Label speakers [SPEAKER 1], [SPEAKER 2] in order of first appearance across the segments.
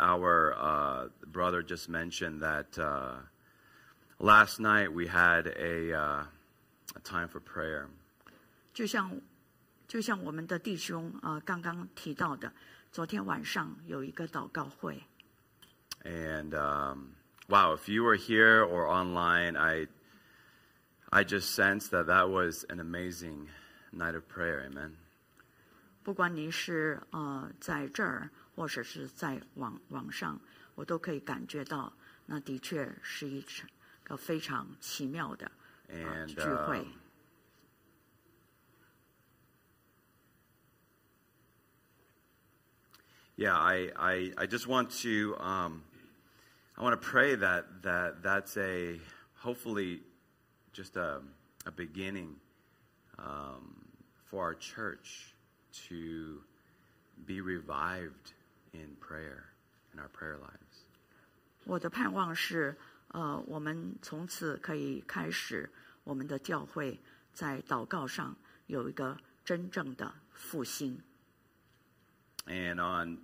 [SPEAKER 1] our uh, brother just mentioned that uh, last night we had a, uh, a time for prayer.
[SPEAKER 2] 就像就像我们的弟兄啊、呃刚刚提到的，昨天晚上有一个祷告会，
[SPEAKER 1] And um, wow, if you were here or online, I, I just sense that that was an amazing night of prayer. Amen.
[SPEAKER 2] 不管您是呃在这儿或者是在网网上，我都可以感觉到，那的确是一场个非常奇妙的呃
[SPEAKER 1] And
[SPEAKER 2] 聚会
[SPEAKER 1] um,。yeah, I, I, I just want to um, I want to pray that that that's a hopefully just a, a beginning um, for our church to be revived in prayer in our prayer lives.
[SPEAKER 2] 我的盼望是，呃，我们从此可以开始我们的教会在祷告上有一个真正的复兴。
[SPEAKER 1] and on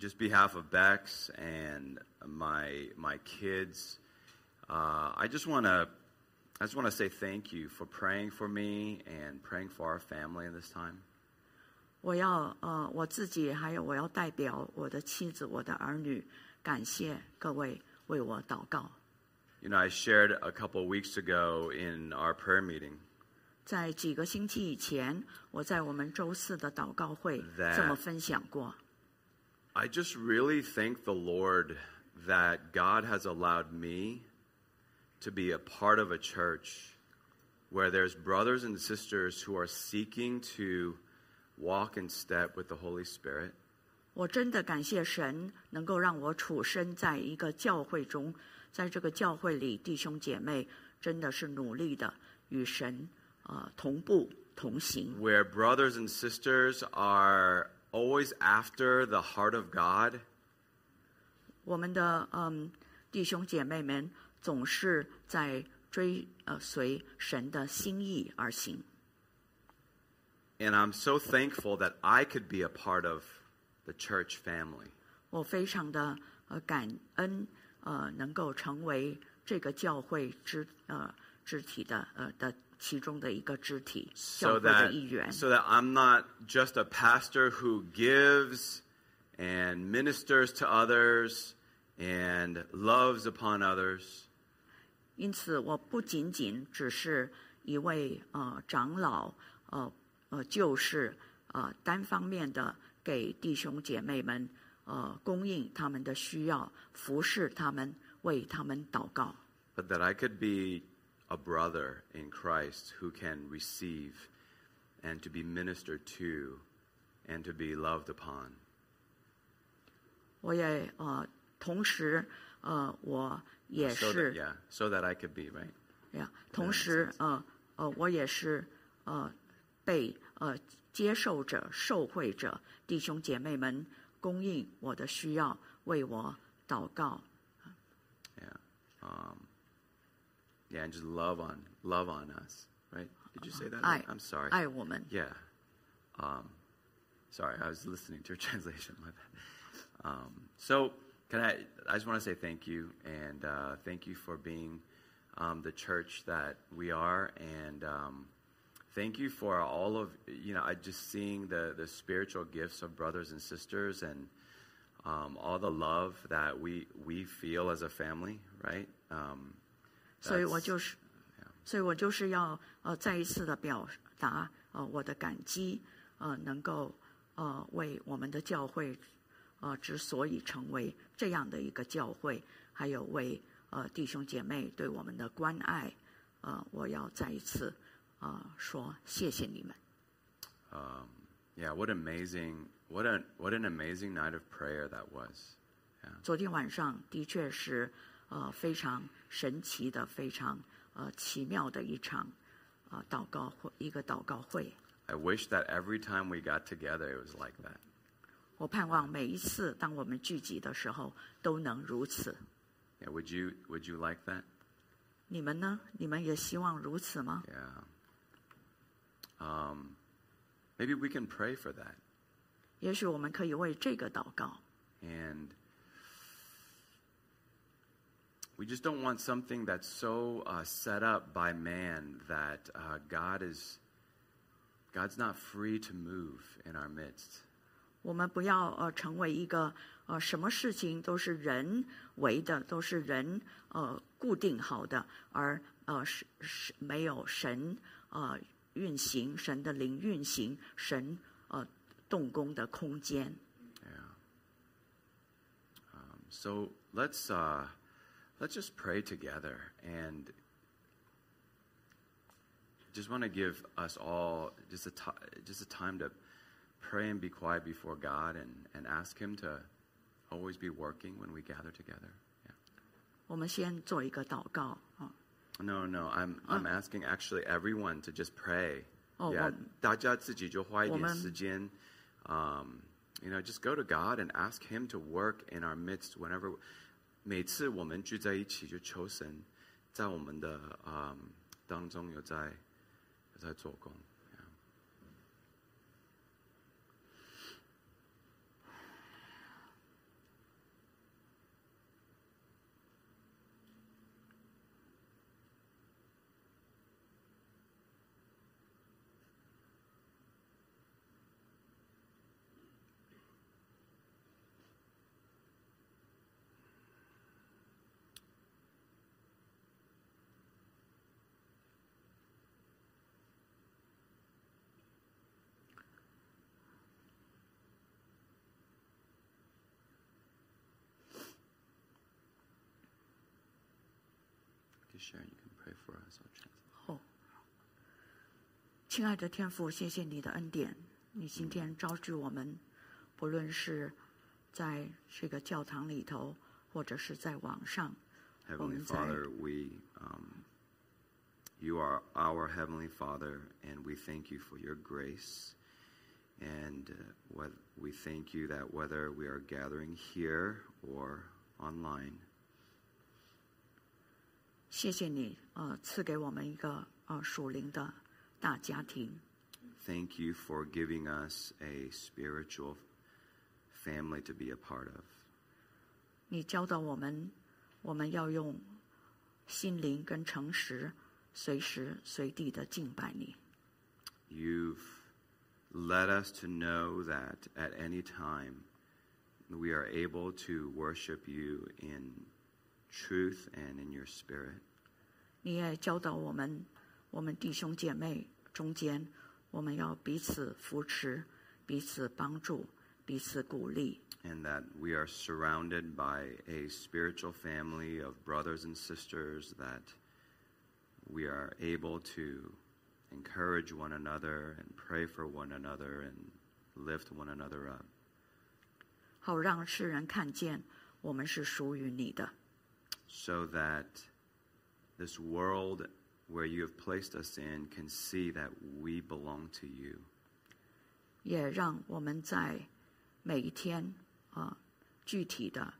[SPEAKER 1] just behalf of Bex and my my kids, uh, I just want to I just want to say thank you for praying for me and praying for our family in this time.
[SPEAKER 2] 我要呃我自己，还有我要代表我的妻子、我的儿女，感谢各位为我祷告。
[SPEAKER 1] You know, I shared a couple of weeks ago in our prayer meeting
[SPEAKER 2] 在几个星期以前，我在我们周四的祷告会
[SPEAKER 1] That-
[SPEAKER 2] 这么分享过。
[SPEAKER 1] I just really thank the Lord that God has allowed me to be a part of a church where there's brothers and sisters who are seeking to walk in step with the Holy Spirit.
[SPEAKER 2] 我真的感谢神，能够让我处身在一个教会中，在这个教会里，弟兄姐妹真的是努力的与神呃同步同行。
[SPEAKER 1] where brothers and sisters are always after the heart of God
[SPEAKER 2] 我们的嗯弟兄姐妹们总是在追呃随神的心意而行。
[SPEAKER 1] and I'm so thankful that I could be a part of the church family.
[SPEAKER 2] 我非常的呃感恩，呃，能够成为这个教会肢呃肢体的呃的其中的一个肢体，教
[SPEAKER 1] So
[SPEAKER 2] 会的一
[SPEAKER 1] that
[SPEAKER 2] 员。
[SPEAKER 1] so that I'm not just a pastor who gives and ministers to others and loves upon others,
[SPEAKER 2] 因此，我不仅仅只是一位呃长老，呃呃，就是呃单方面的给弟兄姐妹们呃供应他们的需要，服侍他们，为他们祷告。
[SPEAKER 1] but that I could be a brother in Christ who can receive and to be ministered to and to be loved upon.
[SPEAKER 2] 我也呃，同时呃，我也
[SPEAKER 1] so
[SPEAKER 2] 是
[SPEAKER 1] that, yeah, so that I could be right.
[SPEAKER 2] 哎呀，同时呃呃，我也是呃被呃接受者、受惠者弟兄姐妹们供应我的需要，为我祷告。
[SPEAKER 1] Yeah, um, yeah, and just love on, love on us, right? Did you say that?
[SPEAKER 2] 爱
[SPEAKER 1] I'm sorry.
[SPEAKER 2] 爱我们。
[SPEAKER 1] Yeah, um, sorry, I was listening to your translation. My bad. Um, so can I? I just want to say thank you and uh, thank you for being um, the church that we are and. Um, Thank you for all of you know. I just seeing the the spiritual gifts of brothers and sisters, and um, all the love that we we feel as a family, right? Um,
[SPEAKER 2] 所以
[SPEAKER 1] that's-
[SPEAKER 2] 我就是，所以我就是要呃再一次的表达呃我的感激，呃能够呃为我们的教会呃之所以成为这样的一个教会，还有为呃弟兄姐妹对我们的关爱，呃我要再一次呃说谢谢你们。
[SPEAKER 1] um, yeah, what amazing, what an what an amazing night of prayer that was.
[SPEAKER 2] 昨天晚上的确是呃非常神奇的、非常呃奇妙的一场呃祷告会，一个祷告会。
[SPEAKER 1] I wish that every time we got together, it was like that.
[SPEAKER 2] 我盼望每一次当我们聚集的时候都能如此。
[SPEAKER 1] Yeah, would you would you like that?
[SPEAKER 2] 你们呢？你们也希望如此吗？
[SPEAKER 1] Yeah. Um, maybe we can pray for that.
[SPEAKER 2] 也许我们可以为这个祷告。
[SPEAKER 1] And we just don't want something that's so uh, set up by man that uh, God is God's not free to move in our midst.
[SPEAKER 2] 我们不要呃成为一个呃什么事情都是人为的，都是人呃固定好的，而呃是是没有神呃运行，神的灵运行，神呃动工的空间。
[SPEAKER 1] So let's uh, let's just pray together, and just want to give us all just a ti- just a time to pray and be quiet before God, and and ask Him to always be working when we gather together. Yeah.
[SPEAKER 2] 我们先做一个祷告啊，
[SPEAKER 1] No, no, I'm I'm asking actually everyone to just pray.
[SPEAKER 2] Oh,
[SPEAKER 1] yeah,
[SPEAKER 2] um,
[SPEAKER 1] 大家自己就花一点时间,
[SPEAKER 2] 我们-
[SPEAKER 1] um, you know, just go to God and ask Him to work in our midst whenever. 每次我们聚在一起，就求神在我们的嗯当中有在有在做工。Okay, Sharon, you can pray for us. I'll translate.
[SPEAKER 2] 后，亲爱的天父，谢谢你的恩典，你今天招聚我们，不论是在这个教堂里头，或者是在网上，
[SPEAKER 1] Heavenly
[SPEAKER 2] 我们在-
[SPEAKER 1] Father, we, um, you are our Heavenly Father, and we thank you for your grace. And uh, what, we thank you that whether we are gathering here or online,
[SPEAKER 2] 谢谢你，呃，赐给我们一个呃属灵的大家庭。
[SPEAKER 1] thank you for giving us a spiritual family to be a part of.
[SPEAKER 2] 你教导我们，我们要用心灵跟诚实，随时随地的敬拜你。
[SPEAKER 1] You've led us to know that at any time we are able to worship you in truth and in your spirit.
[SPEAKER 2] 你也教导我们，我们弟兄姐妹中间，我们要彼此扶持，彼此帮助，彼此鼓励。
[SPEAKER 1] and that we are surrounded by a spiritual family of brothers and sisters that we are able to encourage one another and pray for one another and lift one another up
[SPEAKER 2] 好让世人看见我们是属于你的。
[SPEAKER 1] so that this world where you have placed us in can see that we belong to you
[SPEAKER 2] 也让我们在每一天啊、呃具体的，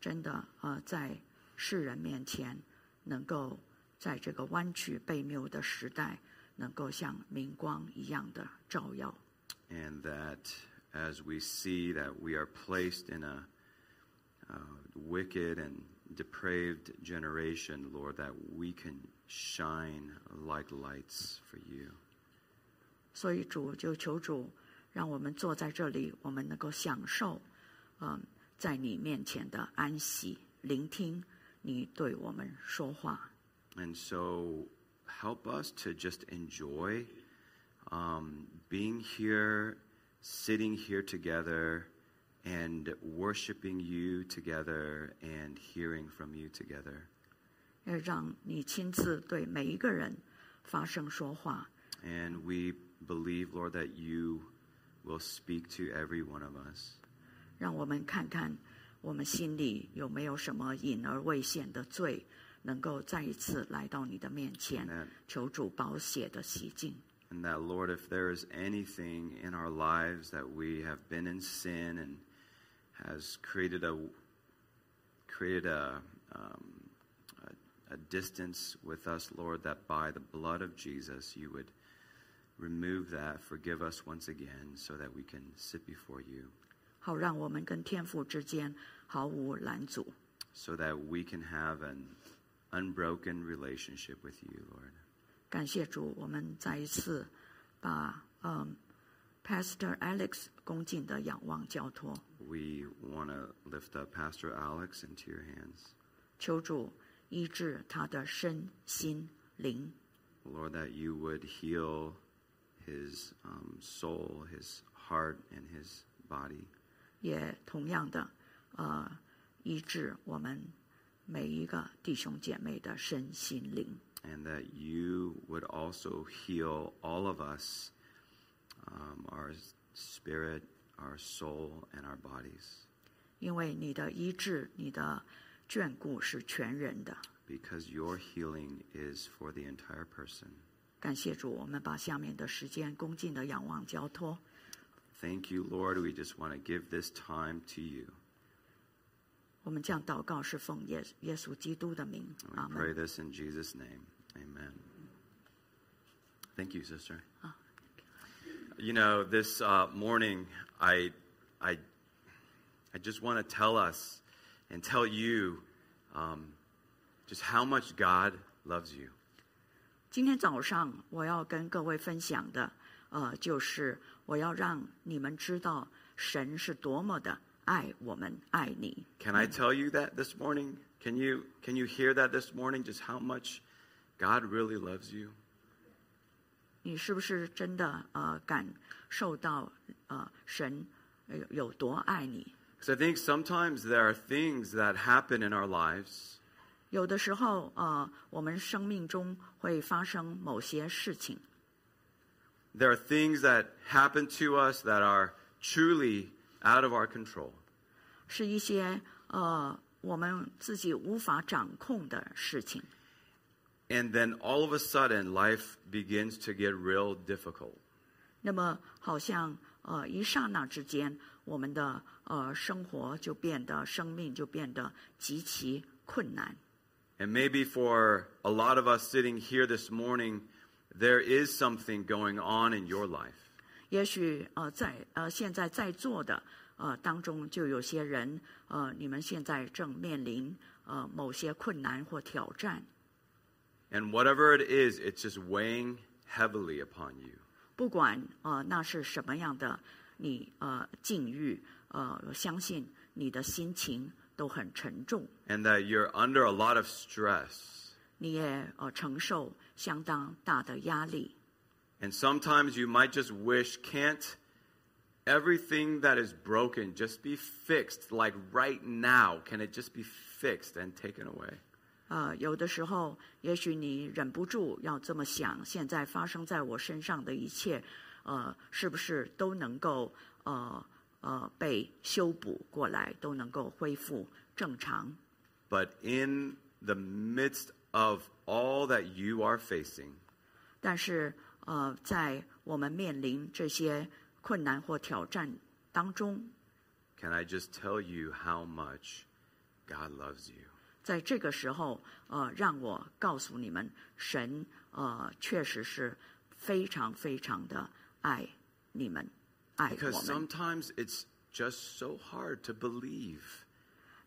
[SPEAKER 2] 真的呃，在世人面前，能够在这个弯曲背谬的时代，能够像明光一样的照耀。
[SPEAKER 1] and that as we see that we are placed in a uh, wicked and depraved generation, Lord, that we can shine like lights for you.
[SPEAKER 2] 所以主就求主，让我们坐在这里，我们能够享受，嗯、在你面前的安息，聆听你对我们说话。
[SPEAKER 1] And so help us to just enjoy um, being here, sitting here together, and worshiping you together and hearing from you together.
[SPEAKER 2] 要让你亲自对每一个人发声说话。
[SPEAKER 1] And we believe, Lord, that you will speak to every one of us.
[SPEAKER 2] 让我们看看我们心里有没有什么隐而未显的罪，能够再一次来到你的面前
[SPEAKER 1] Amen，
[SPEAKER 2] 求主保血的洗净。
[SPEAKER 1] And that, Lord, if there is anything in our lives that we have been in sin and has created a created a, um, a, a distance with us, Lord, that by the blood of Jesus you would remove that, forgive us once again, so that we can sit before you.
[SPEAKER 2] 好，让我们跟天父之间毫无拦阻。
[SPEAKER 1] so that we can have an unbroken relationship with you, Lord.
[SPEAKER 2] 感谢主，我们再一次把嗯，Pastor Alex 恭敬的仰望交托，
[SPEAKER 1] We want to lift up Pastor Alex into your hands.
[SPEAKER 2] 求主医治他的身心灵，
[SPEAKER 1] Lord, that you would heal his um, soul, his heart, and his body.
[SPEAKER 2] 也同样的呃医治我们每一个弟兄姐妹的身心灵。
[SPEAKER 1] And that you would also heal all of us um, our spirit, our soul, and our bodies.
[SPEAKER 2] 因为你的医治、你的眷顾是全人的。
[SPEAKER 1] Because your healing is for the entire person.
[SPEAKER 2] 感谢主，我们把下面的时间恭敬的仰望交托，
[SPEAKER 1] Thank you, Lord. We just want to give this time to you.
[SPEAKER 2] 我们这样祷告是奉耶耶稣基督的名，
[SPEAKER 1] And
[SPEAKER 2] 阿
[SPEAKER 1] we pray
[SPEAKER 2] 门。
[SPEAKER 1] this in Jesus' name. Amen. Thank you, sister. You know, this uh, morning, I, I, I just want to tell us and tell you um, just how much God loves you.
[SPEAKER 2] 今天早上我要跟各位分享的，呃，就是我要让你们知道神是多么的爱我们，爱你。
[SPEAKER 1] Can I tell you that this morning? Can you can you hear that this morning? Just how much God really loves you.
[SPEAKER 2] 你是不是真的呃感受到呃神呃有多爱你？
[SPEAKER 1] Because I think sometimes there are things that happen in our lives
[SPEAKER 2] 有的时候，呃，我们生命中会发生某些事情，
[SPEAKER 1] There are things that happen to us that are truly out of our control.
[SPEAKER 2] 是一些呃我们自己无法掌控的事情。
[SPEAKER 1] And then all of a sudden, life begins to get real difficult.
[SPEAKER 2] 那么，好像呃一刹那之间，我们的呃生活就变得，生命就变得极其困难。
[SPEAKER 1] And maybe for a lot of us sitting here this morning, there is something going on in your life.
[SPEAKER 2] 也许呃在呃现在在座的呃当中，就有些人呃你们现在正面临呃某些困难或挑战，
[SPEAKER 1] And whatever it is, it's just weighing heavily upon you.
[SPEAKER 2] 不管呃那是什么样的你呃境遇，呃我相信你的心情都很沉重，
[SPEAKER 1] And that you're under a lot of stress.
[SPEAKER 2] 你也呃承受相当大的压力。
[SPEAKER 1] And sometimes you might just wish, can't everything that is broken just be fixed, like right now? Can it just be fixed and taken away?
[SPEAKER 2] 呃，有的时候，也许你忍不住要这么想：现在发生在我身上的一切，呃，是不是都能够呃呃被修补过来，都能够恢复正常？
[SPEAKER 1] But in the midst of all that you are facing,
[SPEAKER 2] 但是呃，在我们面临这些困难或挑战当中，
[SPEAKER 1] can I just tell you how much God loves you?
[SPEAKER 2] 在这个时候，呃，让我告诉你们，神呃确实是非常非常的爱你们，爱
[SPEAKER 1] Because
[SPEAKER 2] 我们。
[SPEAKER 1] sometimes it's just so hard to believe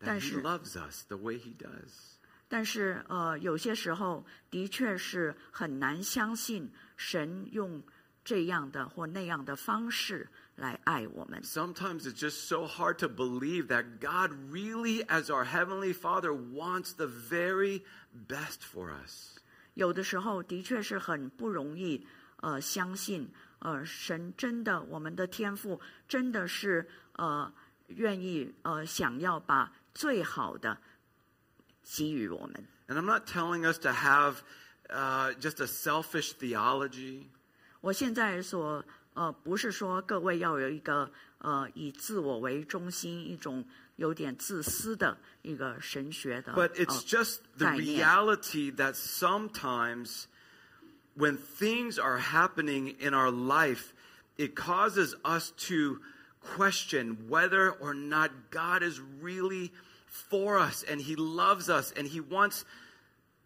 [SPEAKER 1] that He
[SPEAKER 2] 但是-
[SPEAKER 1] loves us the way He does.
[SPEAKER 2] 但是呃，有些时候的确是很难相信神用这样的或那样的方式来爱我们。
[SPEAKER 1] Sometimes it's just so hard to believe that God really, as our Heavenly Father, wants the very best for us.
[SPEAKER 2] 有的时候的确是很不容易呃相信呃神真的我们的天赋真的是呃愿意呃想要把最好的给予我们。
[SPEAKER 1] And I'm not telling us to have uh, just a selfish theology,
[SPEAKER 2] 我现在所呃，不是说各位要有一个呃以自我为中心，一种有点自私的一个神学的。
[SPEAKER 1] but it's
[SPEAKER 2] 呃
[SPEAKER 1] just the
[SPEAKER 2] 概念
[SPEAKER 1] reality that sometimes when things are happening in our life, it causes us to question whether or not God is really for us and He loves us and He wants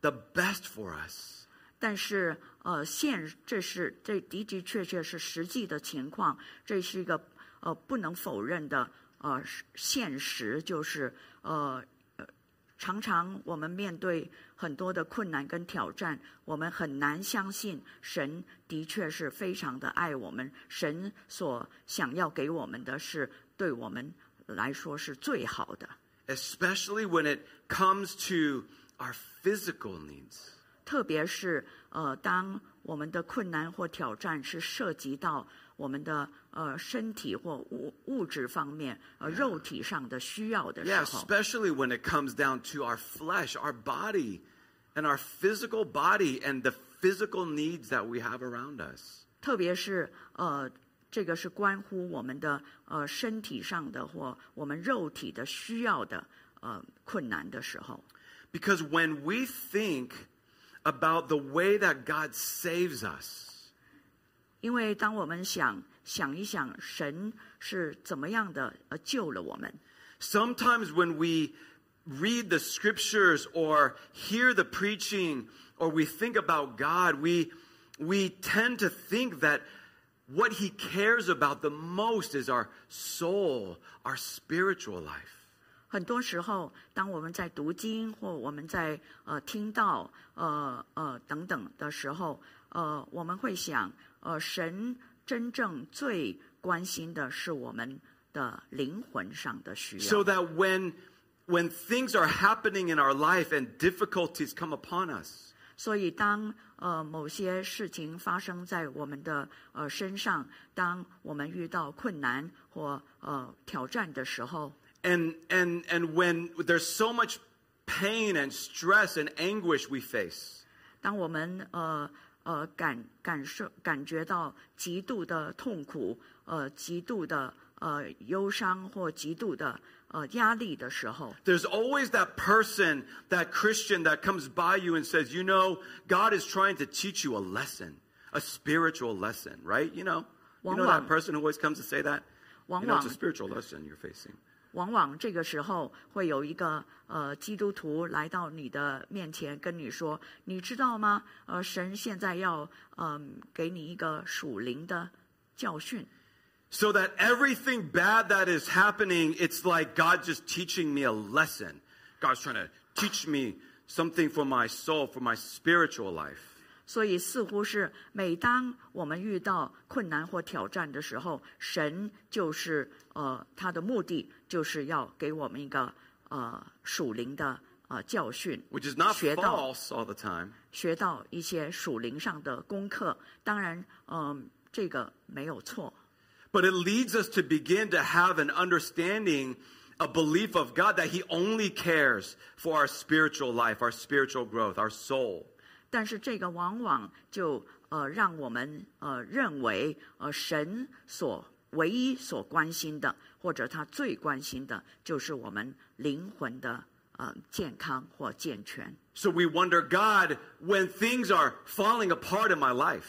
[SPEAKER 1] the best for us.
[SPEAKER 2] 但是呃，现这是这的的确确是实际的情况，这是一个呃不能否认的呃是现实，就是呃呃常常我们面对很多的困难跟挑战，我们很难相信神的确是非常的爱我们，神所想要给我们的是对我们来说是最好的。
[SPEAKER 1] especially when it comes to our physical needs.
[SPEAKER 2] 特别是呃，当我们的困难或挑战是涉及到我们的呃身体或物物质方面呃肉体上的需要的时
[SPEAKER 1] Yeah,
[SPEAKER 2] 候，
[SPEAKER 1] especially when it comes down to our flesh, our body, and our physical body and the physical needs that we have around us.
[SPEAKER 2] 特别是呃，这个是关乎我们的呃身体上的或我们肉体的需要的呃困难的时候，
[SPEAKER 1] Because when we think about the way that God saves us,
[SPEAKER 2] 因为当我们想想一想神是怎么样的呃救了我们，
[SPEAKER 1] Sometimes when we read the scriptures or hear the preaching or we think about God, we we tend to think that what he cares about the most is our soul, our spiritual life.
[SPEAKER 2] 很多时候，当我们在读经或我们在呃听到呃呃等等的时候，呃，我们会想，呃，神真正最关心的是我们的灵魂上的需要。
[SPEAKER 1] So that when when things are happening in our life and difficulties come upon us,
[SPEAKER 2] 所以当呃某些事情发生在我们的呃身上，当我们遇到困难或呃挑战的时候，
[SPEAKER 1] and and and when there's so much pain and stress and anguish we face,
[SPEAKER 2] 当我们呃呃感感受感觉到极度的痛苦、呃极度的呃忧伤或极度的呃压力的时候，
[SPEAKER 1] There's always that person, that Christian that comes by you and says, You know, God is trying to teach you a lesson, a spiritual lesson, right? You know, you know that
[SPEAKER 2] Wang-wang.
[SPEAKER 1] person who always comes to say that? You know, it's a
[SPEAKER 2] Wang-wang.
[SPEAKER 1] spiritual lesson you're facing.
[SPEAKER 2] 往往这个时候会有一个呃基督徒来到你的面前，跟你说：“你知道吗？呃，神现在要嗯、给你一个属灵的教训。
[SPEAKER 1] So that everything bad that is happening, it's like God just teaching me a lesson. God's trying to teach me something for my soul, for my spiritual life. ”
[SPEAKER 2] 所以，似乎是每当我们遇到困难或挑战的时候，神就是呃他的目的就是要给我们一个呃属灵的呃教训
[SPEAKER 1] Which is not
[SPEAKER 2] 学到
[SPEAKER 1] false all the time,
[SPEAKER 2] 学到一些属灵上的功课。当然，嗯、这个没有错。
[SPEAKER 1] But it leads us to begin to have an understanding, a belief of God that He only cares for our spiritual life, our spiritual growth, our soul.
[SPEAKER 2] 但是这个往往就呃让我们呃认为呃神所唯一所关心的，或者他最关心的，就是我们灵魂的呃健康或健全。
[SPEAKER 1] So we wonder, God, when things are falling apart in my life,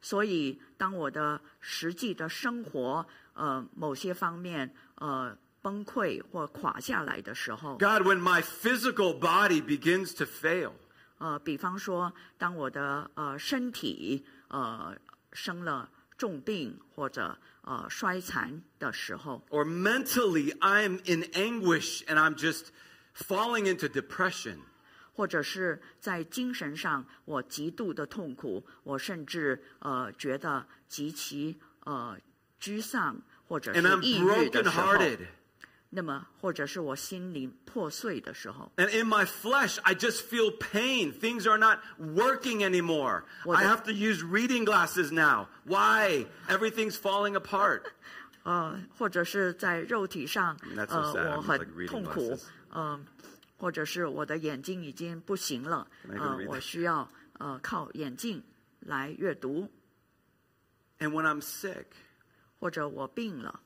[SPEAKER 2] 所以，当我的实际的生活呃某些方面呃崩溃或垮下来的时候，
[SPEAKER 1] God, when my physical body begins to fail,
[SPEAKER 2] 呃，比方说，当我的呃身体呃生了重病或者呃衰残的时候，
[SPEAKER 1] or mentally I'm in anguish and I'm just falling into depression,
[SPEAKER 2] 或者是在精神上我极度的痛苦，我甚至呃觉得极其呃沮丧或者
[SPEAKER 1] and I'm
[SPEAKER 2] 是抑郁的时候，
[SPEAKER 1] brokenhearted.
[SPEAKER 2] 那么或者是我心灵破碎的时候，
[SPEAKER 1] And in my flesh, I just feel pain. Things are not working anymore.
[SPEAKER 2] Well,
[SPEAKER 1] I
[SPEAKER 2] the-
[SPEAKER 1] have to use reading glasses now. Why? Everything's falling apart.
[SPEAKER 2] 呃，或者是在肉体上
[SPEAKER 1] mean, that's so
[SPEAKER 2] 呃
[SPEAKER 1] sad. I'm
[SPEAKER 2] 我
[SPEAKER 1] just, like,
[SPEAKER 2] 很
[SPEAKER 1] reading
[SPEAKER 2] 痛苦
[SPEAKER 1] glasses.，
[SPEAKER 2] 嗯、或者是我的眼睛已经不行了，
[SPEAKER 1] Can I even
[SPEAKER 2] 呃
[SPEAKER 1] read，
[SPEAKER 2] 我
[SPEAKER 1] that?
[SPEAKER 2] 需要呃靠眼镜来阅读，
[SPEAKER 1] And when I'm sick,
[SPEAKER 2] 或者我病了。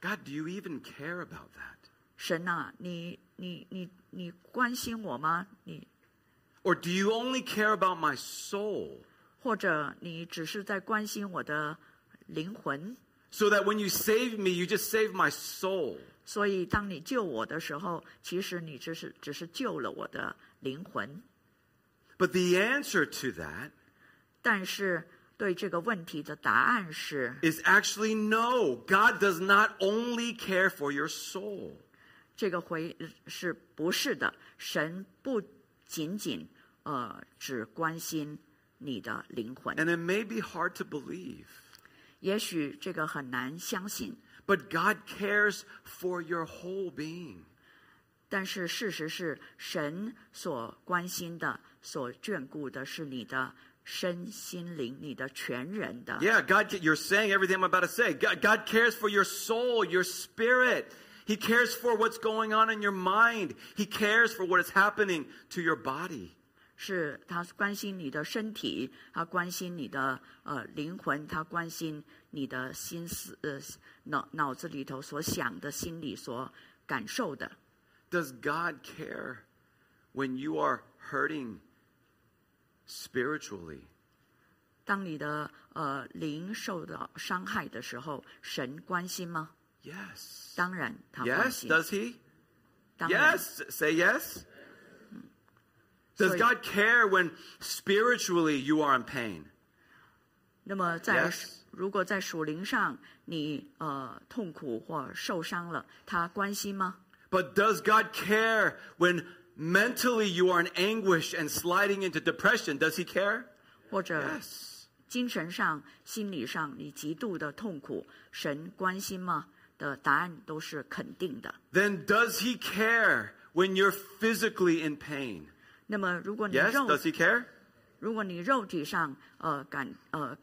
[SPEAKER 1] God, do you even care about that?
[SPEAKER 2] 神呐、你你你你关心我吗？你
[SPEAKER 1] Or do you only care about my soul?
[SPEAKER 2] 或者你只是在关心我的灵魂？
[SPEAKER 1] So that when you save me, you just save my soul.
[SPEAKER 2] 所以当你救我的时候，其实你只是只是救了我的灵魂。
[SPEAKER 1] But the answer to that
[SPEAKER 2] 但是对这个问题的答案是，
[SPEAKER 1] is actually no. God does not only care for your soul.
[SPEAKER 2] 这个回是不是的？神不仅仅呃只关心你的灵魂，
[SPEAKER 1] And it may be hard to believe,
[SPEAKER 2] 也许这个很难相信，
[SPEAKER 1] but God cares for your whole being.
[SPEAKER 2] 但是事实是，神所关心的、所眷顾的是你的身心灵、你的全人的。
[SPEAKER 1] Yeah, God, you're saying everything I'm about to say. God, God cares for your soul, your spirit. He cares for what's going on in your mind. He cares for what is happening to your body.
[SPEAKER 2] 是他关心你的身体，他关心你的呃灵魂，他关心你的心思呃脑脑子里头所想的、心里所感受的。
[SPEAKER 1] Does God care when you are hurting spiritually?
[SPEAKER 2] 当你的呃灵受到伤害的时候，神关心吗？
[SPEAKER 1] Yes.
[SPEAKER 2] 当然，他
[SPEAKER 1] Yes,
[SPEAKER 2] 关心。
[SPEAKER 1] does he?
[SPEAKER 2] 当然
[SPEAKER 1] Yes. Say yes. Does
[SPEAKER 2] So-
[SPEAKER 1] God care when spiritually you are in pain?
[SPEAKER 2] 那么在
[SPEAKER 1] Yes.
[SPEAKER 2] 如果在属灵上你呃痛苦或受伤了，他关心吗？
[SPEAKER 1] But does God care when mentally you are in anguish and sliding into depression? Does he care?
[SPEAKER 2] 或者
[SPEAKER 1] Yes.
[SPEAKER 2] 精神上、心理上你极度的痛苦，神关心吗？的答案都是肯定的。
[SPEAKER 1] Then does he care when you're physically in pain?
[SPEAKER 2] 那么如果你
[SPEAKER 1] Yes,
[SPEAKER 2] 肉
[SPEAKER 1] does he care?
[SPEAKER 2] 如果你肉体上呃感呃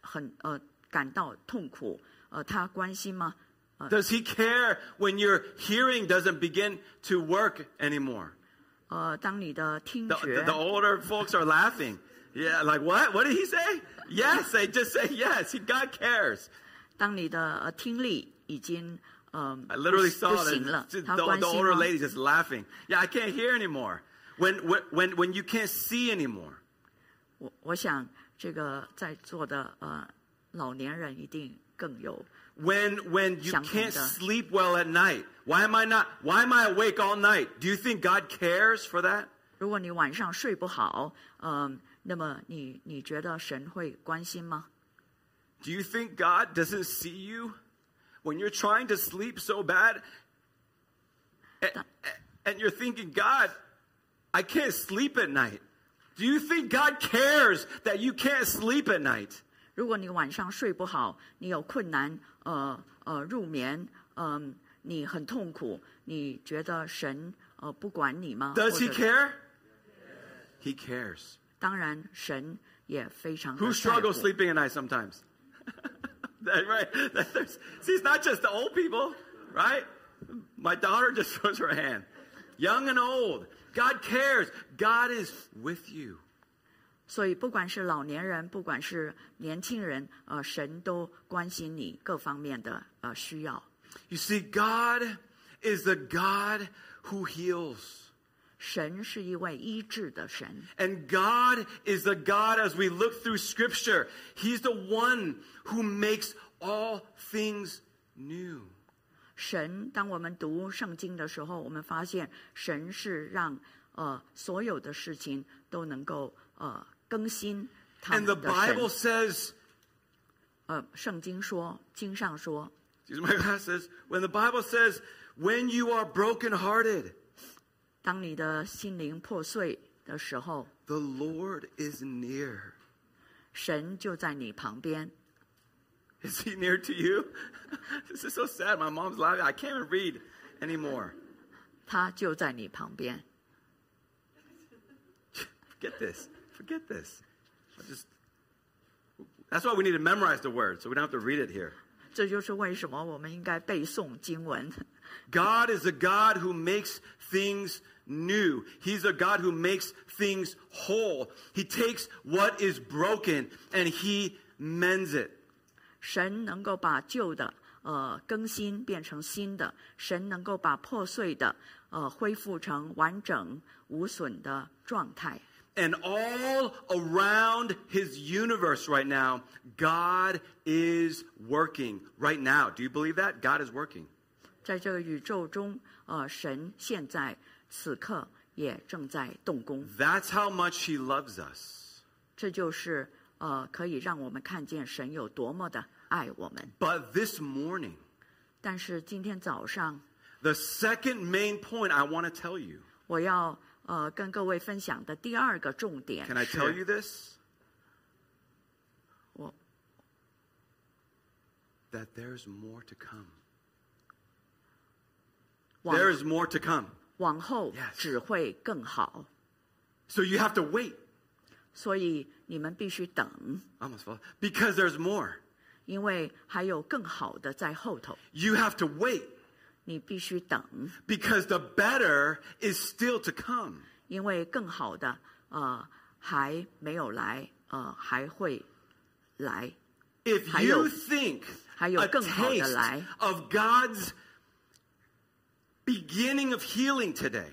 [SPEAKER 2] 很呃感到痛苦，呃他关心吗？
[SPEAKER 1] Does he care when your hearing doesn't begin to work anymore?
[SPEAKER 2] 呃，当你的听
[SPEAKER 1] The,
[SPEAKER 2] 觉
[SPEAKER 1] the older folks are laughing. Yeah, like what? What did he say? Yes, they just say yes. He, God cares.
[SPEAKER 2] 当你的呃听力已经嗯、
[SPEAKER 1] I
[SPEAKER 2] 呃、不
[SPEAKER 1] literally saw
[SPEAKER 2] 不
[SPEAKER 1] the,
[SPEAKER 2] 行了
[SPEAKER 1] the,，
[SPEAKER 2] 他
[SPEAKER 1] the
[SPEAKER 2] 关
[SPEAKER 1] the
[SPEAKER 2] 心
[SPEAKER 1] older
[SPEAKER 2] 吗？
[SPEAKER 1] lady just laughing. Yeah, I can't hear anymore. When when- when when you can't see anymore.
[SPEAKER 2] 我我想这个在座的呃老年人一定更有
[SPEAKER 1] When when you
[SPEAKER 2] 相同的。
[SPEAKER 1] can't sleep well at night. Why am I not? Why am I awake all night? Do you think God cares for that?
[SPEAKER 2] 如果你晚上睡不好，嗯、那么你你觉得神会关心吗？
[SPEAKER 1] Do you think God doesn't see you when you're trying to sleep so bad? A- a- And you're thinking, God, I can't sleep at night. Do you think God cares that you can't sleep at night?
[SPEAKER 2] 如果你晚上睡不好，你有困难，呃呃入眠，嗯、你很痛苦，你觉得神呃不管你吗？
[SPEAKER 1] Does he
[SPEAKER 2] 或者
[SPEAKER 1] care? He cares.
[SPEAKER 2] 当然，神也非常的
[SPEAKER 1] Who
[SPEAKER 2] 在乎
[SPEAKER 1] struggles。sleeping at night sometimes? That- right. That- there's- see, it's not just the old people, right? My daughter just throws her hand. Young and old. God cares. God is with you.
[SPEAKER 2] 所以，不管是老年人，不管是年轻人，呃，神都关心你各方面的呃需要。
[SPEAKER 1] You see, God is the God who heals.
[SPEAKER 2] 神是一位医治的神，
[SPEAKER 1] And God is the God, as we look through Scripture, He's the one who makes all things new.
[SPEAKER 2] 神当我们读圣经的时候，我们发现神是让呃所有的事情都能够呃更新他
[SPEAKER 1] And the
[SPEAKER 2] 们的
[SPEAKER 1] Bible
[SPEAKER 2] 神。
[SPEAKER 1] says,
[SPEAKER 2] 呃，圣经说，经上说，
[SPEAKER 1] excuse my glasses, when the Bible says, when you are brokenhearted,
[SPEAKER 2] 当你的心灵破碎的时候，
[SPEAKER 1] the Lord is near.
[SPEAKER 2] 神就在你旁边。
[SPEAKER 1] Is He near to you? this is so sad. My mom's laughing. I can't even read anymore.
[SPEAKER 2] 他就在你旁边。
[SPEAKER 1] Forget this. Forget this. I just That's why we need to memorize the word so we don't have to read it here.
[SPEAKER 2] 这就是为什么我们应该背诵经文。
[SPEAKER 1] God is a God who makes things new. He's a God who makes things whole. He takes what is broken and he mends it.
[SPEAKER 2] 神能够把旧的呃更新变成新的，神能够把破碎的呃恢复成完整无损的状态。
[SPEAKER 1] And all around his universe right now, God is working right now. Do you believe that? God is working.
[SPEAKER 2] 在这个宇宙中，呃，神现在此刻也正在动工，
[SPEAKER 1] That's how much he loves us.
[SPEAKER 2] 这就是呃可以让我们看见神有多么的爱我们。
[SPEAKER 1] But this morning,
[SPEAKER 2] 但是今天早上，
[SPEAKER 1] The second main point I want to tell you.
[SPEAKER 2] 我要呃跟各位分享的第二个重点
[SPEAKER 1] Can I
[SPEAKER 2] 是
[SPEAKER 1] tell you this?
[SPEAKER 2] 我
[SPEAKER 1] That there's more to come.
[SPEAKER 2] 往
[SPEAKER 1] There is more to come.
[SPEAKER 2] 往后
[SPEAKER 1] Yes.
[SPEAKER 2] 只会更好，
[SPEAKER 1] So you have to wait.
[SPEAKER 2] 所以你们必须等，
[SPEAKER 1] I almost fall. Because there's more.
[SPEAKER 2] 因为还有更好的在后头，
[SPEAKER 1] You have to wait
[SPEAKER 2] 你必须等，
[SPEAKER 1] because the better is still to come.
[SPEAKER 2] 因为更好的呃还没有来，呃还会来。
[SPEAKER 1] If
[SPEAKER 2] 还有
[SPEAKER 1] you
[SPEAKER 2] -
[SPEAKER 1] think a
[SPEAKER 2] 还有更好的
[SPEAKER 1] taste
[SPEAKER 2] 来。
[SPEAKER 1] of God's beginning of healing today,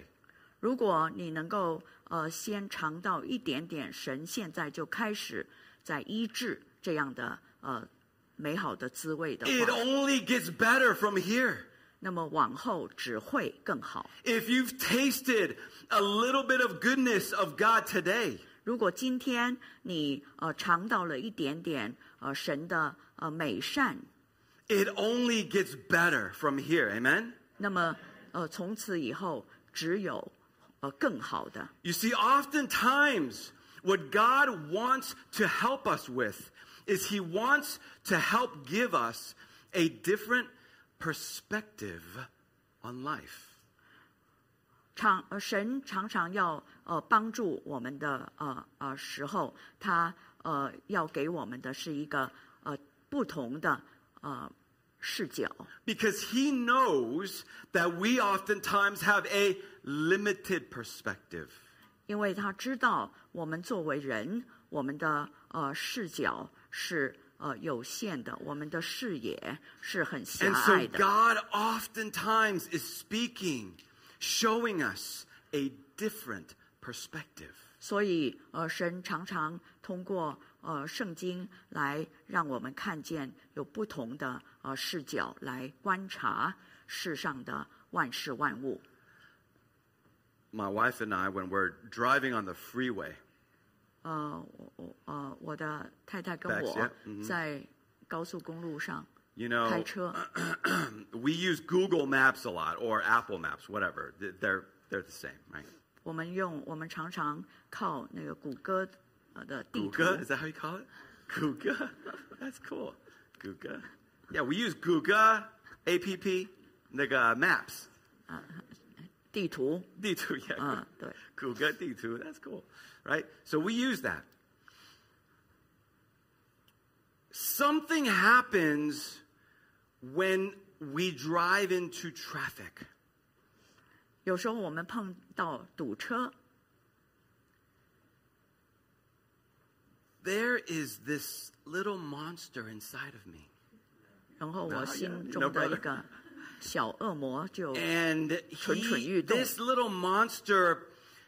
[SPEAKER 2] 如果你能够呃先尝到一点点神现在就开始在医治这样的呃美好的滋味的
[SPEAKER 1] it
[SPEAKER 2] 话，
[SPEAKER 1] only gets better from here.
[SPEAKER 2] 那么往后只会更好。
[SPEAKER 1] If you've tasted a little bit of goodness of God today,
[SPEAKER 2] 如果今天你呃尝到了一点点呃神的呃美善，
[SPEAKER 1] it only gets better from here. Amen?
[SPEAKER 2] 那么呃从此以后只有呃更好的。
[SPEAKER 1] You see, oftentimes what God wants to help us with is He wants to help give us a different perspective on life.
[SPEAKER 2] 常呃神常常要呃帮助我们的呃呃时候，他呃要给我们的是一个呃不同的呃视角，
[SPEAKER 1] Because He knows that we oftentimes have a limited perspective.
[SPEAKER 2] 因为他知道我们作为人，我们的呃视角是呃有限的，我们的视野是很狭
[SPEAKER 1] And
[SPEAKER 2] 隘
[SPEAKER 1] so
[SPEAKER 2] 的。
[SPEAKER 1] God oftentimes is speaking, showing us a different perspective.
[SPEAKER 2] 所以，呃，神常常通过呃圣经来让我们看见有不同的呃视角来观察世上的万事万物。
[SPEAKER 1] My wife and I, when we're driving on the freeway,
[SPEAKER 2] 呃，我我呃，我的太太跟
[SPEAKER 1] Back,
[SPEAKER 2] 我
[SPEAKER 1] yeah，嗯
[SPEAKER 2] 在高速公路上
[SPEAKER 1] you know,
[SPEAKER 2] 开车，
[SPEAKER 1] we use Google Maps a lot or Apple Maps, whatever. Th- They're they're the same, right?
[SPEAKER 2] 我们用我们常常靠那个谷歌呃的地图，
[SPEAKER 1] Google, is that how you call it? Google, that's cool. Google, yeah, we use Google app, 那个 Maps
[SPEAKER 2] 地图，
[SPEAKER 1] 地图 yeah,
[SPEAKER 2] 嗯，对。
[SPEAKER 1] Google 地图 that's cool, right? So we use that. Something happens when we drive into traffic.
[SPEAKER 2] 有时候我们碰到堵车，
[SPEAKER 1] There is this little monster inside of me.
[SPEAKER 2] 然后我
[SPEAKER 1] No,
[SPEAKER 2] 心
[SPEAKER 1] yeah,
[SPEAKER 2] 中
[SPEAKER 1] no
[SPEAKER 2] 的一
[SPEAKER 1] brother.
[SPEAKER 2] 个 小恶魔就
[SPEAKER 1] And he,
[SPEAKER 2] 蠢蠢欲动。
[SPEAKER 1] this little monster